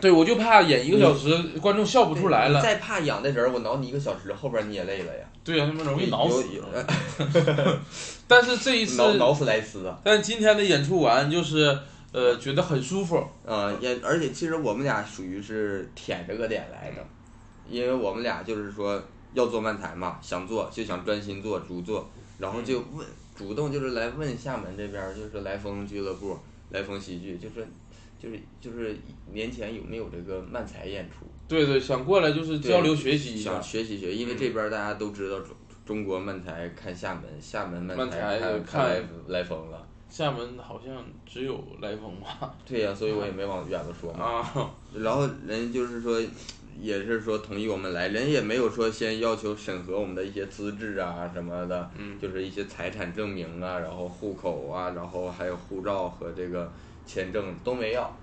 [SPEAKER 1] 对，我就怕演一个小时，观众笑不出来
[SPEAKER 4] 嗯你
[SPEAKER 1] 了。
[SPEAKER 4] 再怕养的人儿，我挠你一个小时，后边你也累了呀，
[SPEAKER 1] 对啊呀、他们容易挠死。
[SPEAKER 4] 有
[SPEAKER 1] *laughs*
[SPEAKER 4] *laughs*
[SPEAKER 1] 但是这一次，
[SPEAKER 4] 挠挠死莱斯啊！
[SPEAKER 1] 但今天的演出完就是，呃，觉得很舒服。
[SPEAKER 4] 嗯，也而且其实我们俩属于是舔着个点来的，因为我们俩就是说要做漫才嘛，想做就想专心做主做，然后就问主动就是来问厦门这边儿，就是来风俱乐部、来风喜剧，就是就是就是年前有没有这个漫才演出？
[SPEAKER 1] 对对，想过来就是交流学习一下
[SPEAKER 4] 想。学习学，因为这边大家都知道中中国漫才看厦门，厦门漫
[SPEAKER 1] 漫才
[SPEAKER 4] 才看
[SPEAKER 1] 看
[SPEAKER 4] 来来风了。
[SPEAKER 1] 厦门好像只有来风吧？
[SPEAKER 4] 对呀、所以我也没往远了说嘛。
[SPEAKER 1] 啊，
[SPEAKER 4] 然后人家就是说，也是说同意我们来，人也没有说先要求审核我们的一些资质啊什么的，
[SPEAKER 1] 嗯
[SPEAKER 4] 就是一些财产证明啊，然后户口啊，然后还有护照和这个签证都没要。
[SPEAKER 1] *laughs*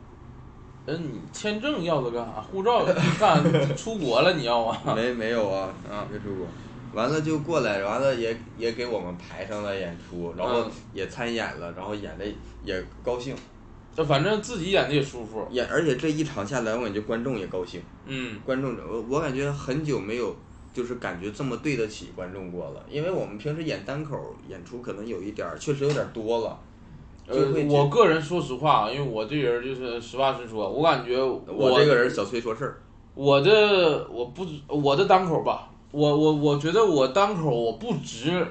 [SPEAKER 1] 那你签证要它干啥？护照干出国了你要
[SPEAKER 4] *laughs*
[SPEAKER 1] 啊？
[SPEAKER 4] 没没有啊，
[SPEAKER 1] 啊
[SPEAKER 4] 没出过。完了就过来，完了也也给我们排上了演出，然后
[SPEAKER 1] 嗯
[SPEAKER 4] 也参演了，然后演的也高兴，
[SPEAKER 1] 这反正自己演的也舒服。
[SPEAKER 4] 演而且这一场下来，我感觉观众也高兴，
[SPEAKER 1] 嗯，
[SPEAKER 4] 观众我我感觉很久没有就是感觉这么对得起观众过了，因为我们平时演单口演出可能有一点儿确实有点儿多了，
[SPEAKER 1] 呃
[SPEAKER 4] 就会，觉
[SPEAKER 1] 我个人说实话，因为我这人就是实话实说，我感觉
[SPEAKER 4] 我这个人小崔说事儿，
[SPEAKER 1] 我的我不止我的单口吧，我我我觉得我单口我不值，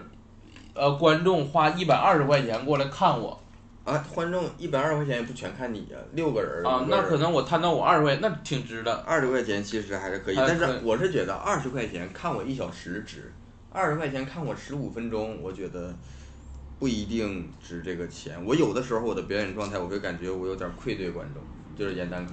[SPEAKER 1] 呃，观众花一百二十块钱过来看我
[SPEAKER 4] 啊，观众一百二十块钱也不全看你啊，六个人
[SPEAKER 1] 啊，那可能我摊到我二十块，那挺值的。
[SPEAKER 4] 二十块钱其实还是可以，
[SPEAKER 1] 还
[SPEAKER 4] 但
[SPEAKER 1] 可以
[SPEAKER 4] 是我是觉得二十块钱看我一小时值，二十块钱看我十五分钟，我觉得不一定值这个钱。我有的时候我的表演状态，我会感觉我有点愧对观众，就是演单口。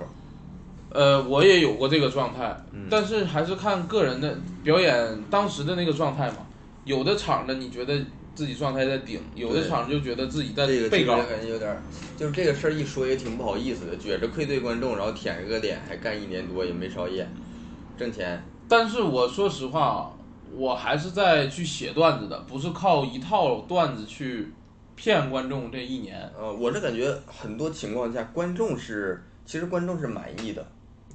[SPEAKER 1] 呃，我也有过这个状态，
[SPEAKER 4] 嗯
[SPEAKER 1] 但是还是看个人的表演当时的那个状态嘛。有的场的你觉得自己状态在顶，有的
[SPEAKER 4] 对
[SPEAKER 1] 场就觉得自己在
[SPEAKER 4] 这个
[SPEAKER 1] 背
[SPEAKER 4] 确实
[SPEAKER 1] 稿。
[SPEAKER 4] 感觉有点，就是这个事儿一说也挺不好意思的，觉着愧对观众，然后舔着个脸，还干一年多也没少演，挣钱。
[SPEAKER 1] 但是我说实话啊，我还是在去写段子的，不是靠一套段子去骗观众这一年。
[SPEAKER 4] 呃，我是感觉很多情况下观众是，其实观众是满意的，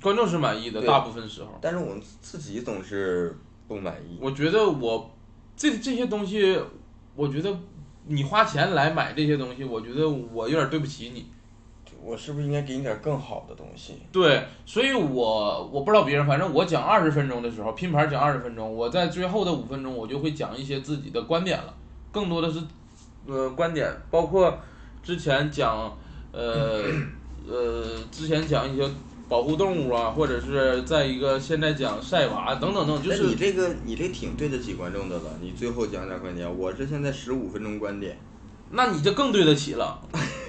[SPEAKER 1] 观众是满意的，
[SPEAKER 4] 对
[SPEAKER 1] 大部分时候。
[SPEAKER 4] 但是我们自己总是不满意。
[SPEAKER 1] 我觉得我这这些东西，我觉得你花钱来买这些东西，我觉得我有点对不起你。
[SPEAKER 4] 我是不是应该给你点更好的东西？
[SPEAKER 1] 对，所以我我不知道别人，反正我讲二十分钟的时候，拼盘讲二十分钟，我在最后的五分钟，我就会讲一些自己的观点了，更多的是，呃，观点，包括之前讲， *clears throat* 呃呃，之前讲一些保护动物啊，或者是在一个现在讲晒娃等等等，就
[SPEAKER 4] 那
[SPEAKER 1] 是
[SPEAKER 4] 你这个你这挺对得起观众的了。你最后讲点观点，我是现在十五分钟观点，
[SPEAKER 1] 那你这更对得起了，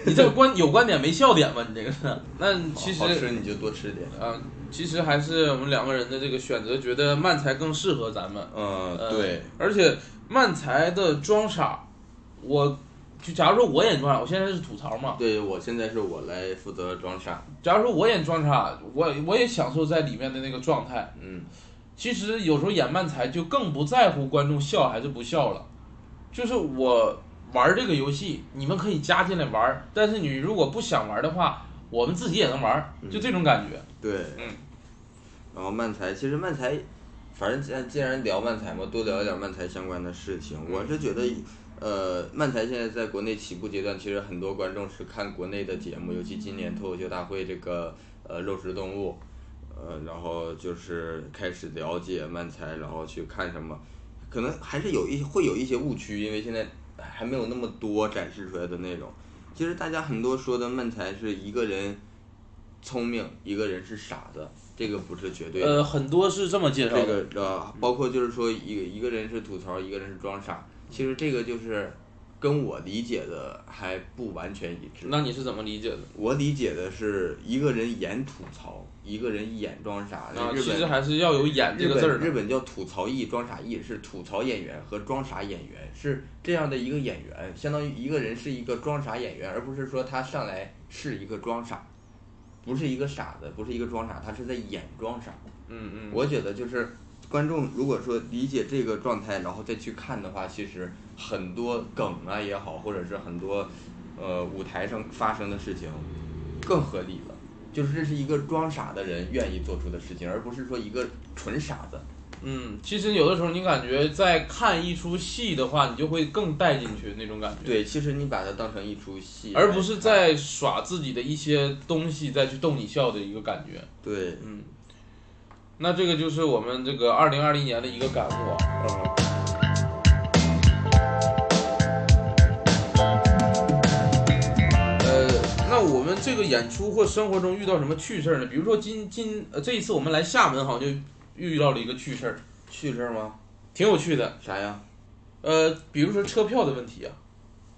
[SPEAKER 1] 你这个观有观点没笑点吗？你这个是？那其实
[SPEAKER 4] 好好吃你就多吃点。
[SPEAKER 1] 啊、其实还是我们两个人的这个选择，觉得慢才更适合咱们。
[SPEAKER 4] 嗯，
[SPEAKER 1] 呃
[SPEAKER 4] 对，，
[SPEAKER 1] 而且慢才的装傻，我就假如说我演装傻，我现在是吐槽嘛。
[SPEAKER 4] 对我现在是我来负责装傻。
[SPEAKER 1] 假如说我演装傻，我我也享受在里面的那个状态。
[SPEAKER 4] 嗯，
[SPEAKER 1] 其实有时候演慢才就更不在乎观众笑还是不笑了，就是我玩这个游戏，你们可以加进来玩儿，但是你如果不想玩的话，我们自己也能玩
[SPEAKER 4] 嗯
[SPEAKER 1] 儿，就这种感觉。
[SPEAKER 4] 对，
[SPEAKER 1] 嗯。
[SPEAKER 4] 然后漫才，其实漫才，反正既然既然聊漫才嘛，多聊一点漫才相关的事情。我是觉得，呃，漫才现在在国内起步阶段，其实很多观众是看国内的节目，尤其今年脱口秀大会这个呃肉食动物，呃，然后就是开始了解漫才，然后去看什么，可能还是有一会有一些误区，因为现在还没有那么多展示出来的内容。其实大家很多说的漫才是一个人聪明，一个人是傻子，这个不是绝对的。
[SPEAKER 1] 呃，很多是这么介绍的。
[SPEAKER 4] 这个呃，包
[SPEAKER 1] 嗯
[SPEAKER 4] 括就是说一个一个人是吐槽，一个人是装傻，其实这个就是跟我理解的还不完全一致。
[SPEAKER 1] 那你是怎么理解的？
[SPEAKER 4] 我理解的是一个人演吐槽，一个人演装傻。
[SPEAKER 1] 啊，
[SPEAKER 4] 日
[SPEAKER 1] 其实
[SPEAKER 4] 本
[SPEAKER 1] 还是要有“演”这
[SPEAKER 4] 日
[SPEAKER 1] 个字
[SPEAKER 4] 本
[SPEAKER 1] 儿
[SPEAKER 4] 日
[SPEAKER 1] 的。
[SPEAKER 4] 本叫吐槽艺、装傻艺，是吐槽演员和装傻演员，是这样的一个演员，相当于一个人是一个装傻演员，而不是说他上来是一个装傻，不是一个傻子，不是一个装傻，他是在演装傻。
[SPEAKER 1] 嗯嗯，
[SPEAKER 4] 我觉得就是观众如果说理解这个状态，然后再去看的话，其实很多梗啊也好，或者是很多呃舞台上发生的事情更合理了。就是这是一个装傻的人愿意做出的事情，而不是说一个纯傻子。
[SPEAKER 1] 嗯，其实有的时候你感觉在看一出戏的话，你就会更带进去那种感觉，
[SPEAKER 4] 对，其实你把它当成一出戏，
[SPEAKER 1] 而不是在耍自己的一些东西再去逗你笑的一个感觉。
[SPEAKER 4] 对，
[SPEAKER 1] 嗯，那这个就是我们这个二零二零年的一个感悟啊。
[SPEAKER 4] 嗯，
[SPEAKER 1] 呃，那我们这个演出或生活中遇到什么趣事儿呢？比如说今今呃这一次我们来厦门好像就遇到了一个趣事儿，
[SPEAKER 4] 去这儿吗？
[SPEAKER 1] 挺有趣的。
[SPEAKER 4] 啥呀？
[SPEAKER 1] 呃，比如说车票的问题啊，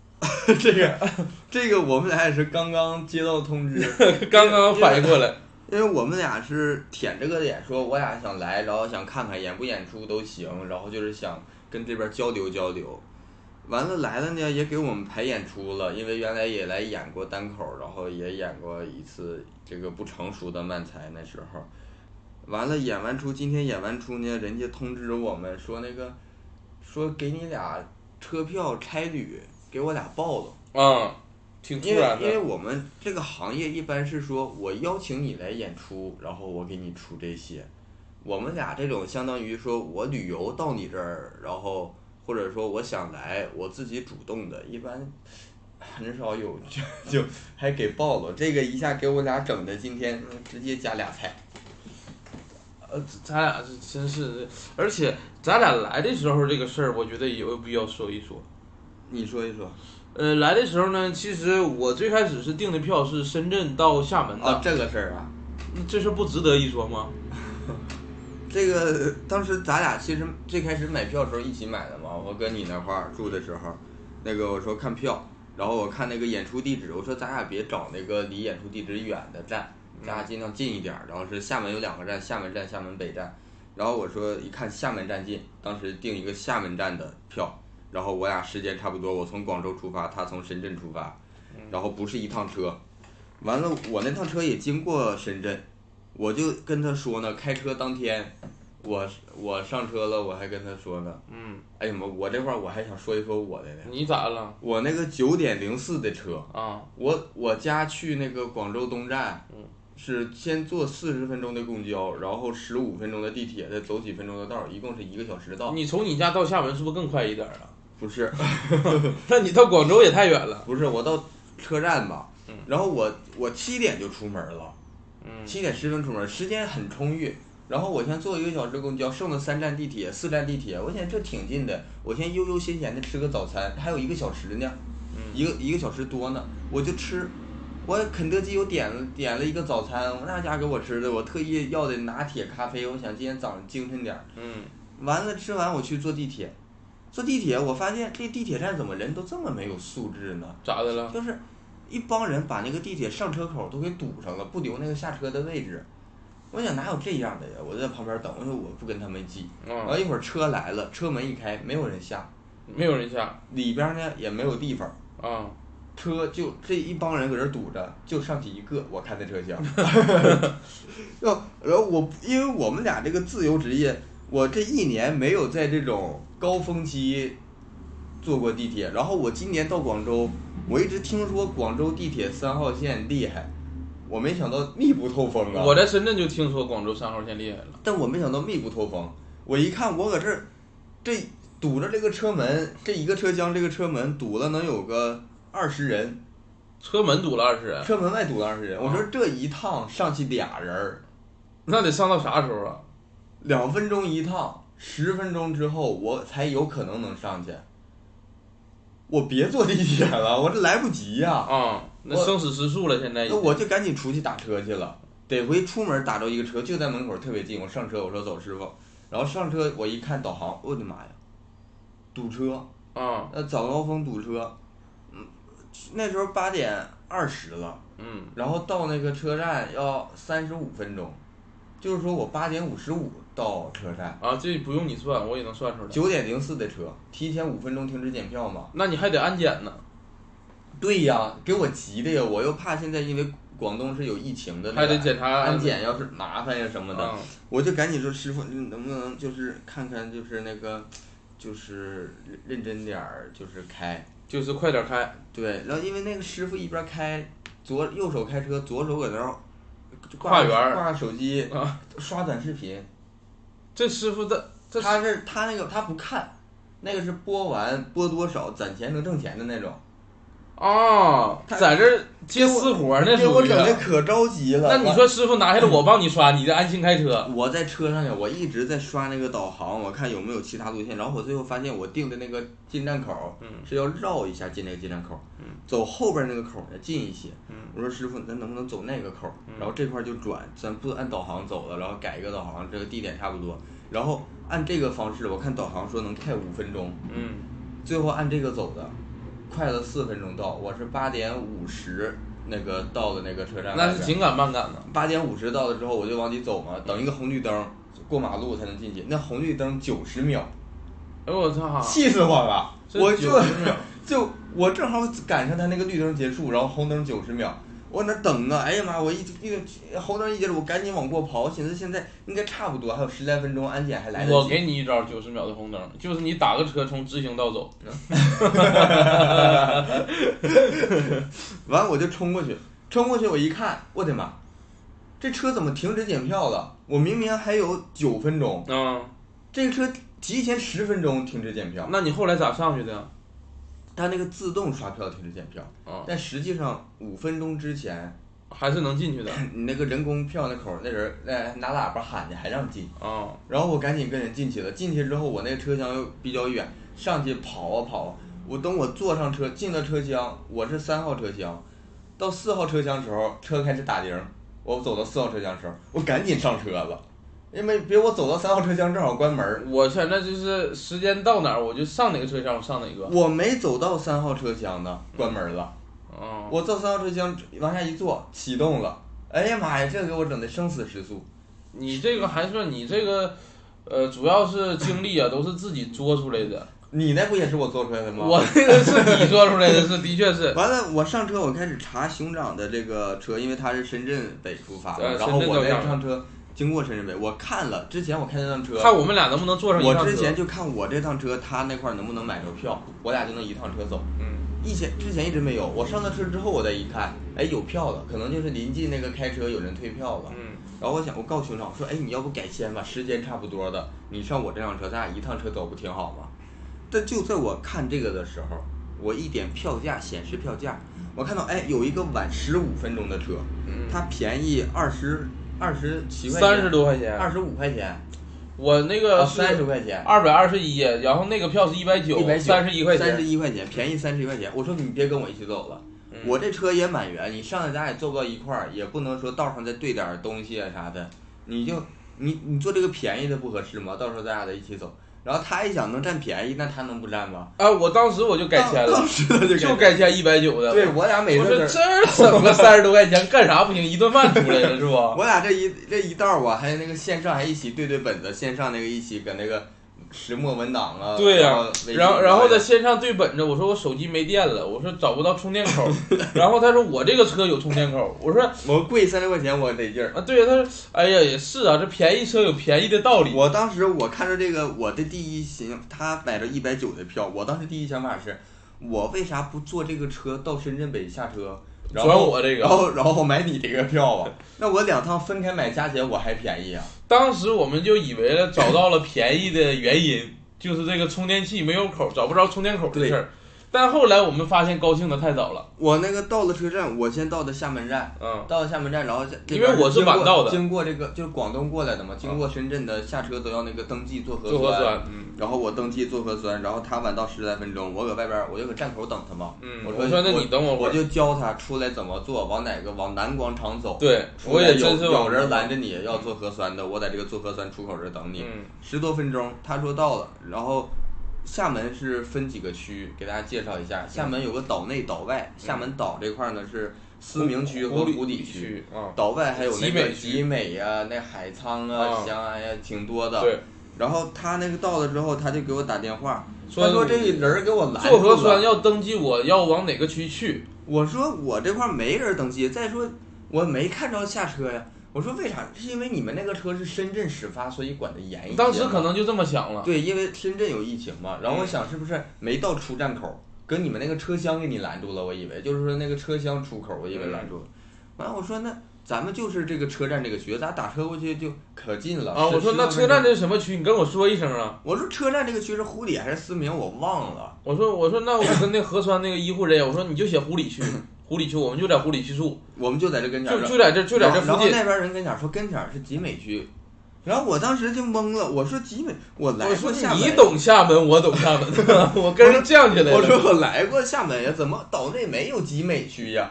[SPEAKER 1] *laughs*
[SPEAKER 4] 这个，这个我们俩也是刚刚接到通知，
[SPEAKER 1] 刚刚反应过来，
[SPEAKER 4] 因为我们俩是舔着个脸说，我俩想来，然后想看看演不演出都行，然后就是想跟这边交流交流。完了来了呢，也给我们排演出了，因为原来也来演过单口，然后也演过一次这个不成熟的漫才那时候。完了演完出，今天演完出呢，人家通知我们说那个，说给你俩车票差旅，给我俩报了。
[SPEAKER 1] 嗯，挺突
[SPEAKER 4] 因为
[SPEAKER 1] 然
[SPEAKER 4] 因为
[SPEAKER 1] 的。
[SPEAKER 4] 我们这个行业一般是说我邀请你来演出，然后我给你出这些。我们俩这种相当于说我旅游到你这儿，然后或者说我想来，我自己主动的，一般很少有就就还给报了。这个一下给我俩整的，今天嗯直接加俩菜。
[SPEAKER 1] 呃，咱俩是真是，而且咱俩来的时候这个事儿，我觉得也有必要说一说。
[SPEAKER 4] 你说一说
[SPEAKER 1] 呃，来的时候呢，其实我最开始是订的票是深圳到厦门的，
[SPEAKER 4] 啊，这个事儿啊，
[SPEAKER 1] 这事儿不值得一说吗？
[SPEAKER 4] 这个当时咱俩其实最开始买票的时候一起买的嘛，我跟你那块儿住的时候，那个我说看票，然后我看那个演出地址，我说咱俩别找那个离演出地址远的站，咱俩尽量近一点儿。然后是厦门有两个站，厦门站、厦门北站，然后我说一看厦门站近，当时订一个厦门站的票，然后我俩时间差不多，我从广州出发，他从深圳出发，然后不是一趟车，完了我那趟车也经过深圳。我就跟他说呢，开车当天，我我上车了，我还跟他说呢，
[SPEAKER 1] 嗯，
[SPEAKER 4] 哎呀妈，我这块儿我还想说一说我的呢，
[SPEAKER 1] 你咋了？
[SPEAKER 4] 我那个九点零四的车，
[SPEAKER 1] 啊，
[SPEAKER 4] 我我家去那个广州东站，
[SPEAKER 1] 嗯
[SPEAKER 4] 是先坐四十分钟的公交，然后十五分钟的地铁，再走几分钟的道儿，一共是一个小时的道儿，
[SPEAKER 1] 你从你家到厦门是不是更快一点儿啊？
[SPEAKER 4] 不是
[SPEAKER 1] *laughs* 那你到广州也太远了。
[SPEAKER 4] 不是，我到车站吧
[SPEAKER 1] 嗯，
[SPEAKER 4] 然后我我七点就出门了。
[SPEAKER 1] 嗯
[SPEAKER 4] 七点十分出门，时间很充裕。然后我先坐一个小时公交，剩了三站地铁、四站地铁，我想这挺近的，我先悠悠闲闲的吃个早餐，还有一个小时呢，
[SPEAKER 1] 嗯
[SPEAKER 4] 一个一个小时多呢，我就吃。我肯德基有点了点了一个早餐，那家给我吃的，我特意要的拿铁咖啡，我想今天早上精神点儿。
[SPEAKER 1] 嗯，
[SPEAKER 4] 完了吃完我去坐地铁，坐地铁我发现这地铁站怎么人都这么没有素质呢？
[SPEAKER 1] 咋的了？
[SPEAKER 4] 就是一帮人把那个地铁上车口都给堵上了，不留那个下车的位置。我想哪有这样的呀？我在旁边等，我说我不跟他们急。然后
[SPEAKER 1] 嗯，
[SPEAKER 4] 一会儿车来了，车门一开，没有人下，
[SPEAKER 1] 没有人下。
[SPEAKER 4] 里边呢也没有地方，
[SPEAKER 1] 啊，
[SPEAKER 4] 车就这一帮人搁这堵着，就上去一个，我看那车厢。然后，然后我因为我们俩这个自由职业，我这一年没有在这种高峰期坐过地铁。然后我今年到广州，我一直听说广州地铁三号线厉害，我没想到密不透风啊。
[SPEAKER 1] 我在深圳就听说广州三号线厉害了。
[SPEAKER 4] 但我没想到密不透风。我一看，我搁这儿这堵着这个车门，这一个车厢这个车门堵了能有个二十人。
[SPEAKER 1] 车门堵了二十人，
[SPEAKER 4] 车门外堵了二十人，我说这一趟上去俩人儿，
[SPEAKER 1] 那得上到啥时候啊？
[SPEAKER 4] 两分钟一趟，十分钟之后我才有可能能上去。我别坐地铁了，我这来不及呀、
[SPEAKER 1] 啊，那
[SPEAKER 4] 我
[SPEAKER 1] 生死时速了，现在已
[SPEAKER 4] 那
[SPEAKER 1] 经。
[SPEAKER 4] 我就赶紧出去打车去了。得回出门打着一个车，就在门口，特别近。我上车，我说走，师傅。然后上车，我一看导航，我的妈呀，堵车！
[SPEAKER 1] 啊，
[SPEAKER 4] 呃，早高峰堵车，嗯，那时候八点二十了。
[SPEAKER 1] 嗯，
[SPEAKER 4] 然后到那个车站要三十五分钟，就是说我八点五十五到车站，
[SPEAKER 1] 啊，这不用你算，我也能算出来。
[SPEAKER 4] 九点零四的车，提前五分钟停止检票嘛。
[SPEAKER 1] 那你还得安检呢，
[SPEAKER 4] 对呀，给我急的呀，我又怕现在因为广东是有疫情的，
[SPEAKER 1] 还得检查
[SPEAKER 4] 安检，要是麻烦呀什么的，
[SPEAKER 1] 嗯
[SPEAKER 4] 我就赶紧说师傅，你能不能就是看看就是那个，就是认真点儿，就是开。
[SPEAKER 1] 就是快点开。
[SPEAKER 4] 对，然后因为那个师傅一边开左右手开车，左手搁那儿
[SPEAKER 1] 跨园儿
[SPEAKER 4] 挂手机
[SPEAKER 1] 啊，
[SPEAKER 4] 刷短视频。
[SPEAKER 1] 这师傅的这
[SPEAKER 4] 他是他那个他不看，那个是播完播多少攒钱能挣钱的那种，
[SPEAKER 1] 啊，
[SPEAKER 4] 他
[SPEAKER 1] 在这儿接私活儿呢，
[SPEAKER 4] 给我
[SPEAKER 1] 属于
[SPEAKER 4] 整的
[SPEAKER 1] 啊。
[SPEAKER 4] 可着急了。
[SPEAKER 1] 那你说师傅拿下来，我帮你刷，你就安心开车。
[SPEAKER 4] 呃我在车上呀，我一直在刷那个导航，我看有没有其他路线。然后我最后发现，我定的那个进站口，
[SPEAKER 1] 嗯
[SPEAKER 4] 是要绕一下进那个进站口，
[SPEAKER 1] 嗯
[SPEAKER 4] 走后边那个口儿要近一些。
[SPEAKER 1] 嗯
[SPEAKER 4] 我说师傅，咱能不能走那个口儿？
[SPEAKER 1] 嗯
[SPEAKER 4] 然后这块儿就转，咱不按导航走了，然后改一个导航，这个地点差不多。然后按这个方式，我看导航说能开五分钟，
[SPEAKER 1] 嗯，
[SPEAKER 4] 最后按这个走的，快了四分钟到。我是八点五十那个到的那个车站外边，
[SPEAKER 1] 那是紧赶慢赶的。
[SPEAKER 4] 八点五十到了之后，我就往里走嘛，等一个红绿灯过马路才能进去。那红绿灯九十秒，
[SPEAKER 1] 哎呦我操！
[SPEAKER 4] 气死我了！
[SPEAKER 1] 这
[SPEAKER 4] 我就
[SPEAKER 1] 90秒
[SPEAKER 4] *laughs* 就我正好赶上他那个绿灯结束，然后红灯九十秒，我那等啊！哎呀妈，我一一红灯一结束，我赶紧往过跑，寻思现在应该差不多还有十来分钟，安检还来得及。
[SPEAKER 1] 我给你一招九十秒的红灯，就是你打个车从直行到走。
[SPEAKER 4] 完我就冲过去，冲过去我一看，我的妈，这车怎么停止检票了？我明明还有九分钟，
[SPEAKER 1] 嗯，
[SPEAKER 4] 这个车提前十分钟停止检票，
[SPEAKER 1] 那你后来咋上去的呀？
[SPEAKER 4] 它那个自动刷票停止检票，
[SPEAKER 1] 啊，
[SPEAKER 4] 但实际上五分钟之前，
[SPEAKER 1] 还是能进去的。
[SPEAKER 4] 你那个人工票那口儿那人那拿喇叭喊的还让进，
[SPEAKER 1] 啊，
[SPEAKER 4] 然后我赶紧跟人进去了，进去之后我那个车厢又比较远，上去跑啊跑啊，我等我坐上车进了车厢，我是三号车厢，到四号车厢时候车开始打铃，我走到四号车厢时候，我赶紧上车了，因为别我走到三号车厢正好关门儿，
[SPEAKER 1] 嗯我现在就是时间到哪儿我就上哪个车厢，我上哪个。嗯
[SPEAKER 4] 我没走到三号车厢呢，关门儿了。
[SPEAKER 1] 啊，
[SPEAKER 4] 我坐三号车厢往下一坐，启动了。哎呀妈呀，这给我整的生死时速。
[SPEAKER 1] 你这个还算你这个，呃，主要是经历啊，都是自己作出来的。
[SPEAKER 4] 你那不也是我做出来的吗？
[SPEAKER 1] 我那个是你做出来的，是的确
[SPEAKER 4] *laughs*
[SPEAKER 1] 是。
[SPEAKER 4] 完了，我上车我开始查熊掌的这个车，因为他是深圳北出发嘛，
[SPEAKER 1] 呃
[SPEAKER 4] 然后
[SPEAKER 1] 深圳
[SPEAKER 4] 我
[SPEAKER 1] 到
[SPEAKER 4] 那
[SPEAKER 1] 上海
[SPEAKER 4] 趟车经过深圳北，我看了之前我看那趟车，
[SPEAKER 1] 看我们俩能不能坐上一
[SPEAKER 4] 我
[SPEAKER 1] 趟车。
[SPEAKER 4] 之前就看我这趟车他那块儿能不能买着票，我俩就能一趟车走。
[SPEAKER 1] 嗯，
[SPEAKER 4] 以前之前一直没有，我上了车之后我再一看，哎有票了，可能就是临近那个开车有人退票了。
[SPEAKER 1] 嗯
[SPEAKER 4] 然后我想，我告诉熊掌，我说，哎，你要不改签吧，时间差不多的，你上我这辆车，咱俩一趟车走不挺好吗？但就在我看这个的时候，我一点票价显示票价，我看到，哎，有一个晚十五分钟的车，
[SPEAKER 1] 嗯，
[SPEAKER 4] 它便宜二十二十七块钱，
[SPEAKER 1] 三十多块钱，
[SPEAKER 4] 二十五块钱，
[SPEAKER 1] 我那
[SPEAKER 4] 哦，
[SPEAKER 1] 个
[SPEAKER 4] 三十块钱，
[SPEAKER 1] 二百二十一，然后那个票是一百九，
[SPEAKER 4] 一百九，
[SPEAKER 1] 三十一块
[SPEAKER 4] 三十
[SPEAKER 1] 钱。
[SPEAKER 4] 一块钱，便宜三十一块钱。我说你别跟我一起走了。
[SPEAKER 1] 嗯
[SPEAKER 4] 我这车也满员，你上来咱也坐不到一块儿，也不能说道上再兑点儿东西啊啥的，
[SPEAKER 1] 嗯
[SPEAKER 4] 你就你你坐这个便宜的不合适吗？到时候咱俩再一起走。然后他一想能占便宜，那他能不占吗？
[SPEAKER 1] 啊，我当时我就改签
[SPEAKER 4] 当
[SPEAKER 1] 了
[SPEAKER 4] 当，时他就
[SPEAKER 1] 就
[SPEAKER 4] 改，
[SPEAKER 1] 改签一百九的。
[SPEAKER 4] 对我俩每
[SPEAKER 1] 我
[SPEAKER 4] 次
[SPEAKER 1] 说
[SPEAKER 4] 这
[SPEAKER 1] 这儿整个三十多块钱干啥不行？一顿饭出来了是不？
[SPEAKER 4] *laughs* 我俩这一这一道儿啊，还有那个线上还一起对对本子，线上那个一起搁那个石墨文档啊，
[SPEAKER 1] *laughs* 对呀、然后
[SPEAKER 4] 后
[SPEAKER 1] 然后在
[SPEAKER 4] 再
[SPEAKER 1] 线上对本子，我说我手机没电了，我说找不到充电口，然后他说我这个车有充电口，我说
[SPEAKER 4] 我贵三十块钱我得劲儿。
[SPEAKER 1] 啊对呀，他说哎呀也是啊，这便宜车有便宜的道
[SPEAKER 4] *laughs*
[SPEAKER 1] 理，
[SPEAKER 4] 我当时我看着这个，我的第一想，他买着一百九的票，我当时第一想法是，我为啥不坐这个车到深圳北下车，然
[SPEAKER 1] 转
[SPEAKER 4] 后
[SPEAKER 1] 我这个
[SPEAKER 4] 然后然后买你这个票啊？ *laughs* 那我两趟分开买，加起来我还便宜啊！
[SPEAKER 1] 当时我们就以为了找到了便宜的原
[SPEAKER 4] *laughs*
[SPEAKER 1] 因，就是这个充电器没有口，找不着充电口的事儿。但后来我们发现高兴的太早了，
[SPEAKER 4] 我那个到了车站，我先到的厦门站，
[SPEAKER 1] 嗯，
[SPEAKER 4] 到了厦门站，然后这
[SPEAKER 1] 因为我是
[SPEAKER 4] 经过
[SPEAKER 1] 晚到的
[SPEAKER 4] 经过这个就是广东过来的嘛，经过深圳的下车都要那个登记啊做核
[SPEAKER 1] 做核酸，嗯
[SPEAKER 4] 然后我登记做核酸，然后他晚到十来分钟，我搁外边儿，我就搁站口等他嘛。
[SPEAKER 1] 嗯，
[SPEAKER 4] 我
[SPEAKER 1] 我说
[SPEAKER 4] 说
[SPEAKER 1] 那你等我
[SPEAKER 4] 我
[SPEAKER 1] 会儿，
[SPEAKER 4] 就教他出来怎么做，往哪个往南广场走。
[SPEAKER 1] 对
[SPEAKER 4] 出
[SPEAKER 1] 我
[SPEAKER 4] 嗯来有，
[SPEAKER 1] 也真是
[SPEAKER 4] 有
[SPEAKER 1] 往
[SPEAKER 4] 人拦着你要做核酸的，我在这个做核酸出口这儿等你，
[SPEAKER 1] 嗯
[SPEAKER 4] 十多分钟。他说到了，然后厦门是分几个区，给大家介绍一
[SPEAKER 1] 嗯
[SPEAKER 4] 下。厦门有个岛内、岛外，厦门岛这块儿呢是思明区和湖底区，
[SPEAKER 1] 区啊，
[SPEAKER 4] 岛外还有那
[SPEAKER 1] 集
[SPEAKER 4] 个
[SPEAKER 1] 美区
[SPEAKER 4] 集美呀、那海沧啊
[SPEAKER 1] 啊、
[SPEAKER 4] 翔安呀，挺多的。
[SPEAKER 1] 对，
[SPEAKER 4] 然后他那个到了之后，他就给我打电话，
[SPEAKER 1] 说
[SPEAKER 4] 他说这人儿给我拦
[SPEAKER 1] 做核
[SPEAKER 4] 住了
[SPEAKER 1] 酸要登记，我要往哪个区去？
[SPEAKER 4] 我说我这块没人登记，再说我没看着下车呀。我说为啥？是因为你们那个车是深圳始发，所以管得严一些。
[SPEAKER 1] 当时可能就嗯这么想了，
[SPEAKER 4] 哎对，因为深圳有疫情嘛，然后我想是不是没到出站口，跟
[SPEAKER 1] 嗯
[SPEAKER 4] 你们那个车厢给你拦住了，我以为就是说那个车厢出口，我以为拦住了。完了我说那咱们就是这个车站这个区，咱打车过去就可近了
[SPEAKER 1] 啊，我说那车站，
[SPEAKER 4] 这，
[SPEAKER 1] 这是什么区？你跟我说一声啊。
[SPEAKER 4] 我说车站这个区是湖里还是思明，我忘了。
[SPEAKER 1] 我说我说那我跟那合川那个医护人员，我说你就写湖里区，湖里区，我们就在湖里区住，
[SPEAKER 4] 我们就在这跟前
[SPEAKER 1] 就
[SPEAKER 4] 儿，
[SPEAKER 1] 就在这就在这
[SPEAKER 4] 然后
[SPEAKER 1] 附
[SPEAKER 4] 然后
[SPEAKER 1] 近。
[SPEAKER 4] 那边人跟前儿说跟前儿是集美区，然后我当时就懵了，我说集美，我来
[SPEAKER 1] 我说
[SPEAKER 4] 过厦门，
[SPEAKER 1] 你懂厦门，我懂
[SPEAKER 4] *laughs*
[SPEAKER 1] 厦门，我跟人犟起来了。
[SPEAKER 4] 我说我来过厦门呀，怎么岛内没有集美区呀？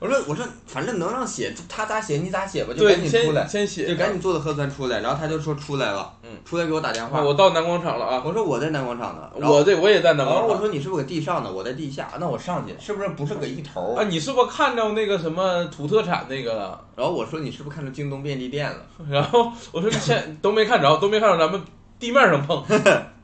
[SPEAKER 4] 我说我说反正能让写，他咋写你咋写吧，就赶
[SPEAKER 1] 对，
[SPEAKER 4] 紧
[SPEAKER 1] 先
[SPEAKER 4] 出来，
[SPEAKER 1] 先写，
[SPEAKER 4] 就赶紧坐着核酸出来。然后他就说出来了，
[SPEAKER 1] 嗯，
[SPEAKER 4] 出来给我打电话。
[SPEAKER 1] 啊我到南广场了啊，
[SPEAKER 4] 我说我在南广场呢，然后
[SPEAKER 1] 我对我也在南
[SPEAKER 4] 然后
[SPEAKER 1] 广
[SPEAKER 4] 我
[SPEAKER 1] 场。
[SPEAKER 4] 说你是不是搁地上呢？我在地下，那我上去是不是不是搁一头？
[SPEAKER 1] 啊，你是不是看到那个什么土特产那个了？
[SPEAKER 4] 然后我说你是不是看到京东便利店了？
[SPEAKER 1] 然后我说你
[SPEAKER 4] *laughs*
[SPEAKER 1] 现都没看着，都没看着，咱们地面上碰，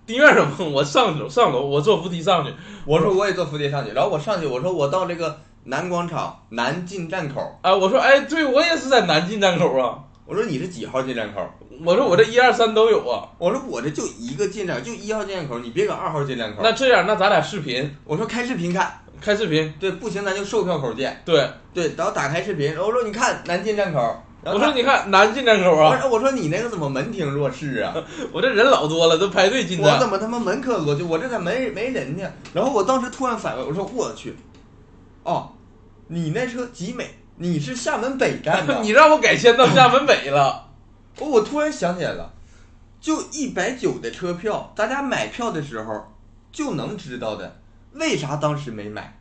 [SPEAKER 1] 地面上碰，我上楼上楼，我坐扶梯上去，
[SPEAKER 4] 我说我也坐扶梯上去，然后我上去，我说我到这个南广场南进站口，
[SPEAKER 1] 哎，我说哎，对我也是在南进站口啊，
[SPEAKER 4] 我说你是几号进站口？
[SPEAKER 1] 我说我这一二三都有啊，
[SPEAKER 4] 我说我这就一个进站，就一号进站口，你别搁二号进站口。
[SPEAKER 1] 那这样，那咱俩视频
[SPEAKER 4] 我说开视频看，
[SPEAKER 1] 开视频，
[SPEAKER 4] 对，不行咱就售票口见，
[SPEAKER 1] 对，
[SPEAKER 4] 对，然后打开视频，我说你看南进站口，然
[SPEAKER 1] 我
[SPEAKER 4] 后
[SPEAKER 1] 说
[SPEAKER 4] 他
[SPEAKER 1] 你看南进站口
[SPEAKER 4] 我
[SPEAKER 1] 啊，
[SPEAKER 4] 说我说你那个怎么门庭若市啊？
[SPEAKER 1] 我这人老多了，都排队进
[SPEAKER 4] 我
[SPEAKER 1] 站，
[SPEAKER 4] 怎么他妈门可罗就我这咋没人没人呢？然后我当时突然反问，我说我去，哦，你那车集美，你是厦门北站的，
[SPEAKER 1] *laughs* 你让我改签到厦门北了，
[SPEAKER 4] 哦我突然想起来了，就一百九的车票，大家买票的时候就能知道的，为啥当时没买？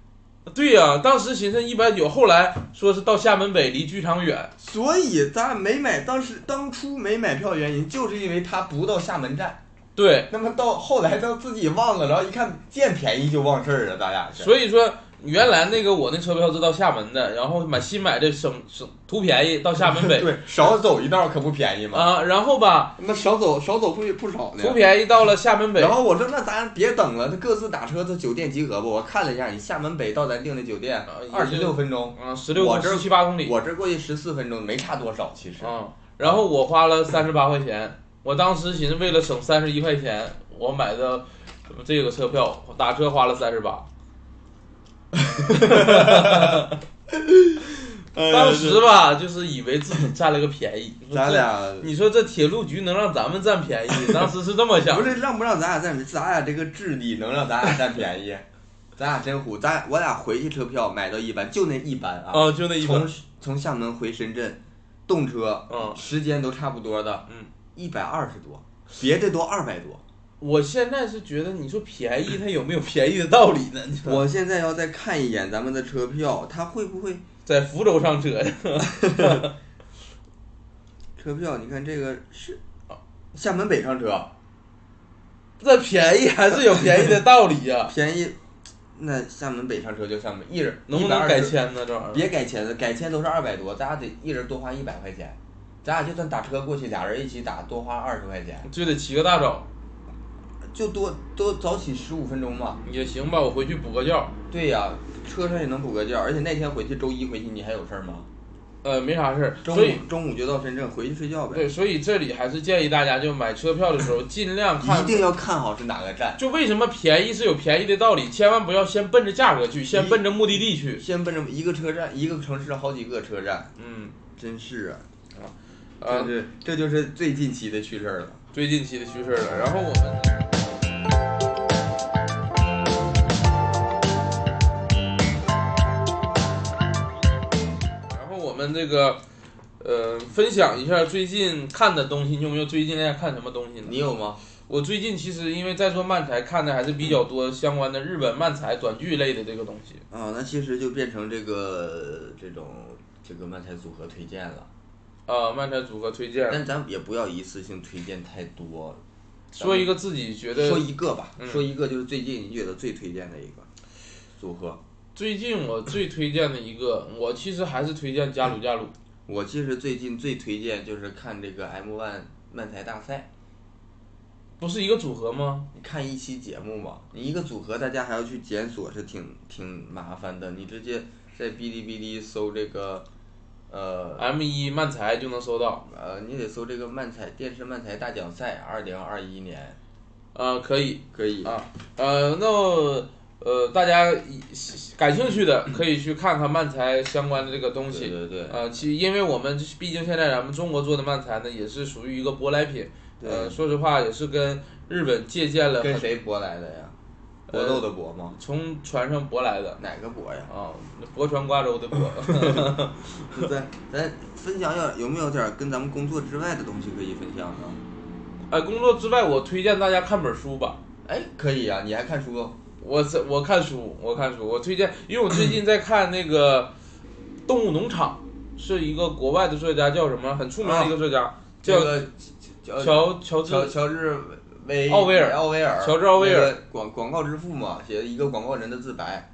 [SPEAKER 1] 对呀、当时寻思一百九，后来说是到厦门北离剧场远，
[SPEAKER 4] 所以咱没买，当时当初没买票原因就是因为他不到厦门站，
[SPEAKER 1] 对，
[SPEAKER 4] 那么到后来到自己忘了，然后一看见便宜就忘事儿了，咱俩是。
[SPEAKER 1] 所以说原来那个我那车票是到厦门的，然后买新买的省省图便宜到厦门北
[SPEAKER 4] *laughs* 对，少走一道可不便宜嘛。
[SPEAKER 1] 啊，然后吧
[SPEAKER 4] 那少走少走会不少呢
[SPEAKER 1] 图。便宜到了厦门北
[SPEAKER 4] 然，后我说那咱别等了，各自打车到酒店集合吧。我看了一下，你厦门北到咱订的酒店
[SPEAKER 1] 啊
[SPEAKER 4] 二
[SPEAKER 1] 也
[SPEAKER 4] 十
[SPEAKER 1] 就
[SPEAKER 4] 六分钟，
[SPEAKER 1] 啊，十六
[SPEAKER 4] 我
[SPEAKER 1] 公
[SPEAKER 4] 这
[SPEAKER 1] 十七八公里
[SPEAKER 4] 我这过去十四分钟，没差多少其实。
[SPEAKER 1] 啊，然后我花了三十八块钱，我当时寻思为了省三十一块钱，我买的这个车票打车花了三十 *laughs* 八，当时吧就是以为自己占了个便宜，
[SPEAKER 4] 咱俩
[SPEAKER 1] 你说这铁路局能让咱们占便宜，当时是这么想 *laughs*
[SPEAKER 4] 不，是让不让咱俩占，咱俩这个智力能让咱俩占便宜，咱俩真虎，咱我俩回去车票买到一班，就那一班啊，
[SPEAKER 1] 啊，就那一
[SPEAKER 4] 从
[SPEAKER 1] 本，
[SPEAKER 4] 从厦门回深圳，动车
[SPEAKER 1] 嗯，
[SPEAKER 4] 时间都差不多的，
[SPEAKER 1] 嗯，
[SPEAKER 4] 一百二十多，别的都二百多。
[SPEAKER 1] 我现在是觉得你说便宜，它有没有便宜的道理呢？你说
[SPEAKER 4] 我现在要再看一眼咱们的车票，它会不会
[SPEAKER 1] 在福州上车呀，
[SPEAKER 4] 车票？你看这个是哦厦门北上车
[SPEAKER 1] 这便宜还是有便宜的道理呀、
[SPEAKER 4] 便宜，那厦门北上车就厦门一人
[SPEAKER 1] 能不能改
[SPEAKER 4] 签？
[SPEAKER 1] 签呢？这玩意儿
[SPEAKER 4] 别改签了，改签都是二百多，咱俩得一人多花一百块钱，咱俩就算打车过去，俩人一起打多花二十块钱，
[SPEAKER 1] 就得起个大早
[SPEAKER 4] 就多多早起十五分钟嘛。
[SPEAKER 1] 也行吧，我回去补个觉。
[SPEAKER 4] 对呀、车上也能补个觉，而且那天回去周一回去你还有事儿吗？
[SPEAKER 1] 呃，没啥事儿，
[SPEAKER 4] 中
[SPEAKER 1] 所以
[SPEAKER 4] 午中午就到深圳回去睡觉呗
[SPEAKER 1] 对，。所以这里还是建议大家，就买车票的时候尽量看
[SPEAKER 4] 一。定要看好是哪个站，
[SPEAKER 1] 就为什么便宜是有便宜的道理，千万不要先奔着价格去，先奔着目的地去。
[SPEAKER 4] 先奔着一个车站，一个城市好几个车站。
[SPEAKER 1] 嗯，
[SPEAKER 4] 真是啊，
[SPEAKER 1] 啊
[SPEAKER 4] 这，是这就是最近期的趣事儿了。
[SPEAKER 1] 最近期的趋势了。然后我们然后我们这个，呃，分享一下最近看的东西，你有没有最近在看什么东西呢？
[SPEAKER 4] 你有吗？
[SPEAKER 1] 我最近其实因为在做漫才，看的还是比较多相关的日本漫才短剧类的这个东西。
[SPEAKER 4] 啊、那其实就变成这个这种这个漫才组合推荐了，
[SPEAKER 1] 啊，漫才组合推荐，
[SPEAKER 4] 但咱也不要一次性推荐太多，
[SPEAKER 1] 说一个自己觉得
[SPEAKER 4] 说一个吧，
[SPEAKER 1] 嗯
[SPEAKER 4] 说一个就是最近你觉得最推荐的一个组合。
[SPEAKER 1] 最近我最推荐的一个，我其实还是推荐加鲁加鲁。
[SPEAKER 4] 我其实最近最推荐就是看这个 M One 漫才大赛，
[SPEAKER 1] 不是一个组合吗？
[SPEAKER 4] 你看一期节目嘛，你一个组合大家还要去检索是挺挺麻烦的，你直接在哔哩哔哩搜这个，呃
[SPEAKER 1] M 一漫才就能搜到。
[SPEAKER 4] 呃，你得搜这个漫才电视漫才大奖赛，二零二一年
[SPEAKER 1] 啊、可以
[SPEAKER 4] 可以
[SPEAKER 1] 啊，呃，那呃，大家以感兴趣的可以去看看漫才相关的这个东西。
[SPEAKER 4] 对对对，
[SPEAKER 1] 呃，其因为我们毕竟现在咱们中国做的漫才呢，也是属于一个舶来品。
[SPEAKER 4] 对
[SPEAKER 1] 呃，说实话也是跟日本借鉴了
[SPEAKER 4] 跟
[SPEAKER 1] 很，
[SPEAKER 4] 谁搏来的呀？搏
[SPEAKER 1] 呃
[SPEAKER 4] 斗的搏吗？
[SPEAKER 1] 从船上舶来的
[SPEAKER 4] 哪个搏呀？
[SPEAKER 1] 啊，泊船瓜
[SPEAKER 4] *laughs*
[SPEAKER 1] 州的泊。
[SPEAKER 4] 咱咱分享要有没有点儿跟咱们工作之外的东西可以分享呢？
[SPEAKER 1] *laughs* 呃，工作之外，我推荐大家看本书吧。
[SPEAKER 4] 哎，可以呀、你还看书哦？
[SPEAKER 1] 我是我看书，我看书，我推荐，因为我最近在看那个《动物农场》，是一个国外的作家，叫什么？很出名的一个作家，
[SPEAKER 4] 这
[SPEAKER 1] 叫
[SPEAKER 4] 个乔
[SPEAKER 1] 乔呃乔治
[SPEAKER 4] 乔乔治威
[SPEAKER 1] 奥威尔
[SPEAKER 4] 奥威尔，
[SPEAKER 1] 乔治奥威尔
[SPEAKER 4] 那个广广告之父嘛，写的一个广告人的自白。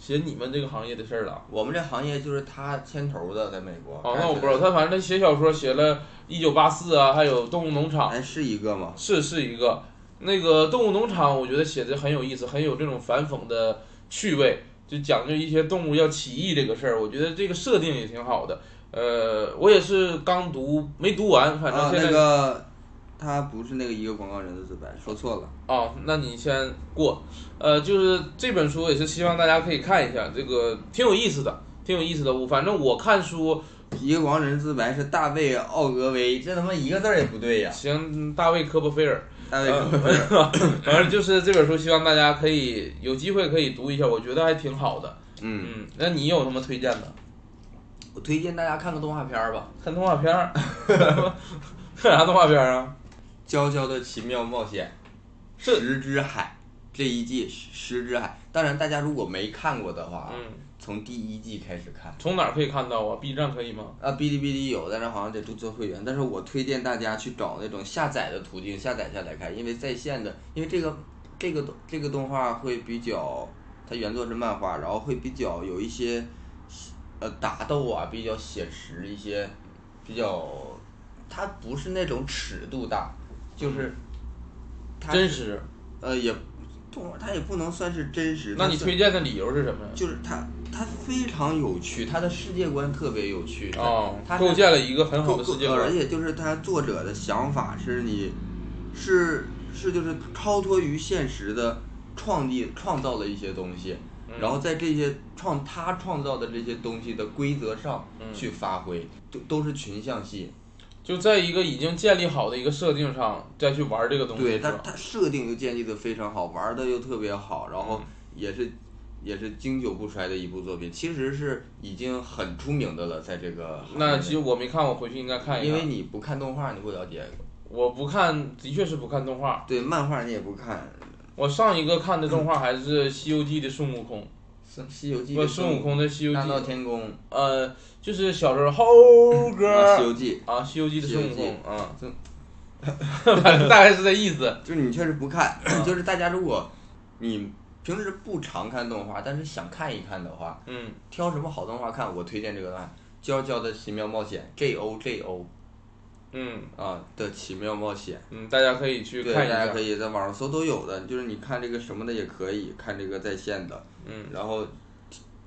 [SPEAKER 1] 写你们这个行业的事儿了。
[SPEAKER 4] 我们这行业就是他牵头的，在美国。
[SPEAKER 1] 哦，那我不知道，他反正他写小说写了《一九八四》啊，还有《动物农场》
[SPEAKER 4] 哎，是一个吗？
[SPEAKER 1] 是，是一个那个《动物农场》，我觉得写的很有意思，很有这种反讽的趣味，就讲究一些动物要起义这个事儿。我觉得这个设定也挺好的。呃，我也是刚读没读完，反正
[SPEAKER 4] 啊，
[SPEAKER 1] 现在
[SPEAKER 4] 那个他不是那个一个广告人的自白，说错了。
[SPEAKER 1] 哦，那你先过。呃，就是这本书也是希望大家可以看一下，这个挺有意思的，挺有意思的。我反正我看书，
[SPEAKER 4] 一个广告人的自白是大卫奥格威，这他妈一个字儿也不对呀！
[SPEAKER 1] 行，大卫科波菲尔，
[SPEAKER 4] 大卫
[SPEAKER 1] 呃
[SPEAKER 4] 科菲尔，
[SPEAKER 1] *laughs* 反正就是这本书，希望大家可以有机会可以读一下，我觉得还挺好的。
[SPEAKER 4] 嗯，
[SPEAKER 1] 嗯，那你有什么推荐的？
[SPEAKER 4] 我推荐大家看个动画片儿吧，
[SPEAKER 1] 看动画片儿， *laughs* 看啥动画片儿啊？
[SPEAKER 4] 《娇娇的奇妙冒险》，
[SPEAKER 1] 是
[SPEAKER 4] 十之海这一季十十之海。当然，大家如果没看过的话，
[SPEAKER 1] 嗯，
[SPEAKER 4] 从第一季开始看。
[SPEAKER 1] 从哪儿可以看到啊？B 站可以吗？
[SPEAKER 4] 啊，哔哩哔哩有，但是好像得注册会员。但是我推荐大家去找那种下载的途径下载下来看，因为在线的，因为这个这个这个动画会比较，它原作是漫画，然后会比较有一些，呃，打斗啊，比较写实一些，比较，它不是那种尺度大，就是，它
[SPEAKER 1] 真
[SPEAKER 4] 是
[SPEAKER 1] 实。
[SPEAKER 4] 呃也，动画它也不能算是真实。
[SPEAKER 1] 那
[SPEAKER 4] 它
[SPEAKER 1] 你
[SPEAKER 4] 算
[SPEAKER 1] 推荐的理由是什么呀？
[SPEAKER 4] 就是它它非常有趣，它的世界观特别有趣。它
[SPEAKER 1] 哦，
[SPEAKER 4] 它是
[SPEAKER 1] 构建了一个很好的世界
[SPEAKER 4] 呃而
[SPEAKER 1] 观。
[SPEAKER 4] 且就是他作者的想法是你，是是就是超脱于现实的创立创造了一些东西，
[SPEAKER 1] 嗯
[SPEAKER 4] 然后在这些创他创造的这些东西的规则上
[SPEAKER 1] 嗯
[SPEAKER 4] 去发挥，都都是群像戏。
[SPEAKER 1] 就在一个已经建立好的一个设定上，再去玩这个东西，
[SPEAKER 4] 对
[SPEAKER 1] 是
[SPEAKER 4] 他
[SPEAKER 1] 吧？
[SPEAKER 4] 他设定又建立的非常好，玩的又特别好，
[SPEAKER 1] 嗯
[SPEAKER 4] 然后也是。也是经久不衰的一部作品，其实是已经很出名的了，在这个行业
[SPEAKER 1] 那
[SPEAKER 4] 内
[SPEAKER 1] 其实我没看，我回去应该看一看。
[SPEAKER 4] 因为你不看动画，你不了解，
[SPEAKER 1] 我不看，的确是不看动画。
[SPEAKER 4] 对漫画你也不看，
[SPEAKER 1] 我上一个看的动画还是《西游记》的孙悟空，
[SPEAKER 4] 孙《西游记》
[SPEAKER 1] 不，
[SPEAKER 4] 的
[SPEAKER 1] 孙悟空的《西游记
[SPEAKER 4] 大闹》，天宫，
[SPEAKER 1] 呃，就是小
[SPEAKER 4] *laughs*
[SPEAKER 1] 时候猴
[SPEAKER 4] 啊西
[SPEAKER 1] 哥
[SPEAKER 4] 游记
[SPEAKER 1] 啊，《西游记》的孙悟
[SPEAKER 4] 西游
[SPEAKER 1] 空
[SPEAKER 4] 记
[SPEAKER 1] 啊
[SPEAKER 4] 孙，
[SPEAKER 1] 反 *laughs* 正大概是这意
[SPEAKER 4] *laughs*
[SPEAKER 1] 思。》，
[SPEAKER 4] 就是你确实不看，
[SPEAKER 1] 啊
[SPEAKER 4] 就是大家如果你平时不常看动画，但是想看一看的话，
[SPEAKER 1] 嗯，
[SPEAKER 4] 挑什么好动画看？我推荐这个动画《娇娇的奇妙冒险》J O J O
[SPEAKER 1] 嗯
[SPEAKER 4] 啊的奇妙冒险。
[SPEAKER 1] 嗯，大家可以去
[SPEAKER 4] 对，
[SPEAKER 1] 看
[SPEAKER 4] 大
[SPEAKER 1] 一
[SPEAKER 4] 家可
[SPEAKER 1] 下。
[SPEAKER 4] 以在网上搜都有的，就是你看这个什么的也可以，看这个在线的，
[SPEAKER 1] 嗯，
[SPEAKER 4] 然后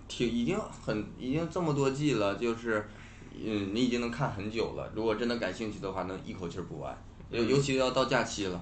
[SPEAKER 4] 挺已经很已经这么多季了，就是嗯，你已经能看很久了。如果真的感兴趣的话，能一口气儿补完，尤
[SPEAKER 1] 嗯
[SPEAKER 4] 尤其要到假期了，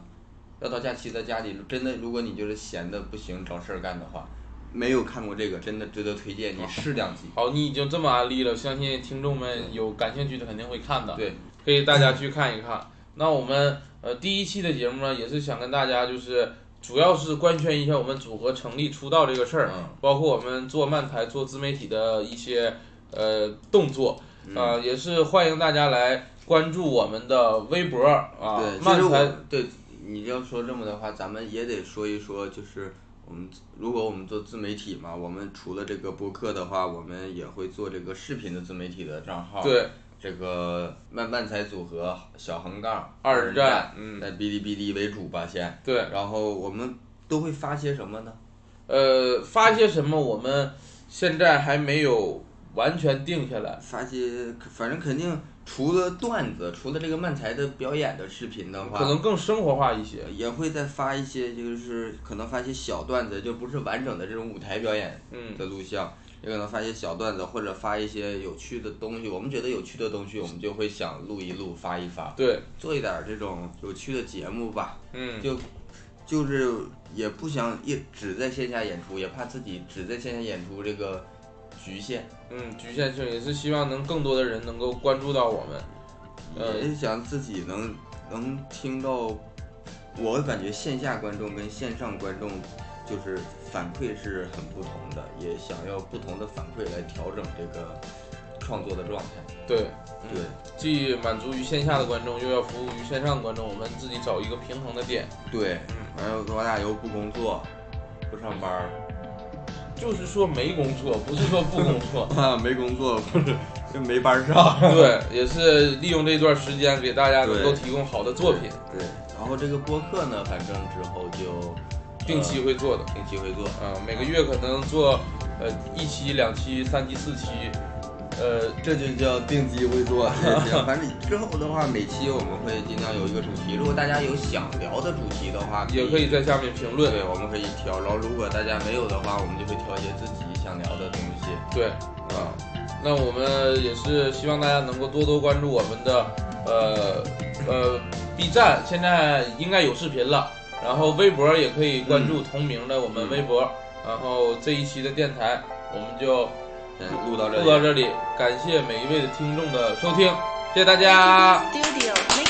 [SPEAKER 4] 要到假期在家里真的，如果你就是闲的不行，找事儿干的话，没有看过这个，真的值得推荐
[SPEAKER 1] 哦
[SPEAKER 4] 你试两集。
[SPEAKER 1] 好，你已经这么安利了，相信听众们有感兴趣的肯定会看的。
[SPEAKER 4] 对，
[SPEAKER 1] 可以大家去看一看。那我们呃第一期的节目呢，也是想跟大家就是主要是官宣一下我们组合成立出道这个事儿，
[SPEAKER 4] 嗯
[SPEAKER 1] 包括我们做漫才、做自媒体的一些呃动作，
[SPEAKER 4] 嗯
[SPEAKER 1] 呃、也是欢迎大家来关注我们的微博啊
[SPEAKER 4] 对，，其实
[SPEAKER 1] 漫才
[SPEAKER 4] 我对你要说这么的话，咱们也得说一说，就是我们如果我们做自媒体嘛，我们除了这个播客的话，我们也会做这个视频的自媒体的账号。
[SPEAKER 1] 对
[SPEAKER 4] 这个慢慢才组合小横杠
[SPEAKER 1] 二
[SPEAKER 4] 人
[SPEAKER 1] 人战，嗯，
[SPEAKER 4] 在哔哩哔哩为主吧先，
[SPEAKER 1] 对，
[SPEAKER 4] 然后我们都会发些什么呢？
[SPEAKER 1] 呃，发些什么我们现在还没有完全定下来，
[SPEAKER 4] 发些反正肯定除了段子，除了这个漫才的表演的视频的话，
[SPEAKER 1] 可能更生活化一些，
[SPEAKER 4] 也会再发一些，就是可能发一些小段子，就不是完整的这种舞台表演
[SPEAKER 1] 嗯，
[SPEAKER 4] 的录像，也可能发一些小段子，或者发一些有趣的东西。我们觉得有趣的东西，我们就会想录一录，发一发，
[SPEAKER 1] 对，
[SPEAKER 4] 做一点儿这种有趣的节目吧。
[SPEAKER 1] 嗯，
[SPEAKER 4] 就就是也不想一只在线下演出，也怕自己只在线下演出这个局限，
[SPEAKER 1] 嗯，局限性也是希望能更多的人能够关注到我们。嗯
[SPEAKER 4] 也是呃想自己能能听到。我感觉线下观众跟线上观众就是反馈是很不同的，也想要不同的反馈来调整这个创作的状态。
[SPEAKER 1] 对，嗯
[SPEAKER 4] 对，
[SPEAKER 1] 既满足于线下的观众，又要服务于线上的观众，我们自己找一个平衡的点。
[SPEAKER 4] 对哎
[SPEAKER 1] 嗯，
[SPEAKER 4] 完了我俩又不工作，不上班儿。
[SPEAKER 1] 就是说没工作，不是说不工作
[SPEAKER 4] *laughs* 啊，没工作不是就没班儿上。
[SPEAKER 1] 对，也是利用这段时间给大家能够
[SPEAKER 4] 对
[SPEAKER 1] 提供好的作品，
[SPEAKER 4] *laughs* 对，然后这个播客呢，反正之后就
[SPEAKER 1] 定期
[SPEAKER 4] 呃
[SPEAKER 1] 会做的。
[SPEAKER 4] 定期会做，
[SPEAKER 1] 啊、每个月可能做呃一期、两期、三期、四期，呃，
[SPEAKER 4] 这就叫定期啊会 *laughs* 做。行反正之后的话，每期我们会尽量有一个主题，如果大家有想聊的主题的话，
[SPEAKER 1] 也可以在下面评论。
[SPEAKER 4] 对，我们可以挑。然后如果大家没有的话，我们就会挑一些自己想聊的东西。
[SPEAKER 1] 对，啊、那我们也是希望大家能够多多关注我们的呃呃 B 站，现在应该有视频了，然后微博也可以关
[SPEAKER 4] 嗯
[SPEAKER 1] 注同名的我们微博，然后这一期的电台我们就
[SPEAKER 4] 嗯，录到这里，
[SPEAKER 1] 录到这里，感谢每一位的听众的收听，谢谢大家。
[SPEAKER 5] Studio Make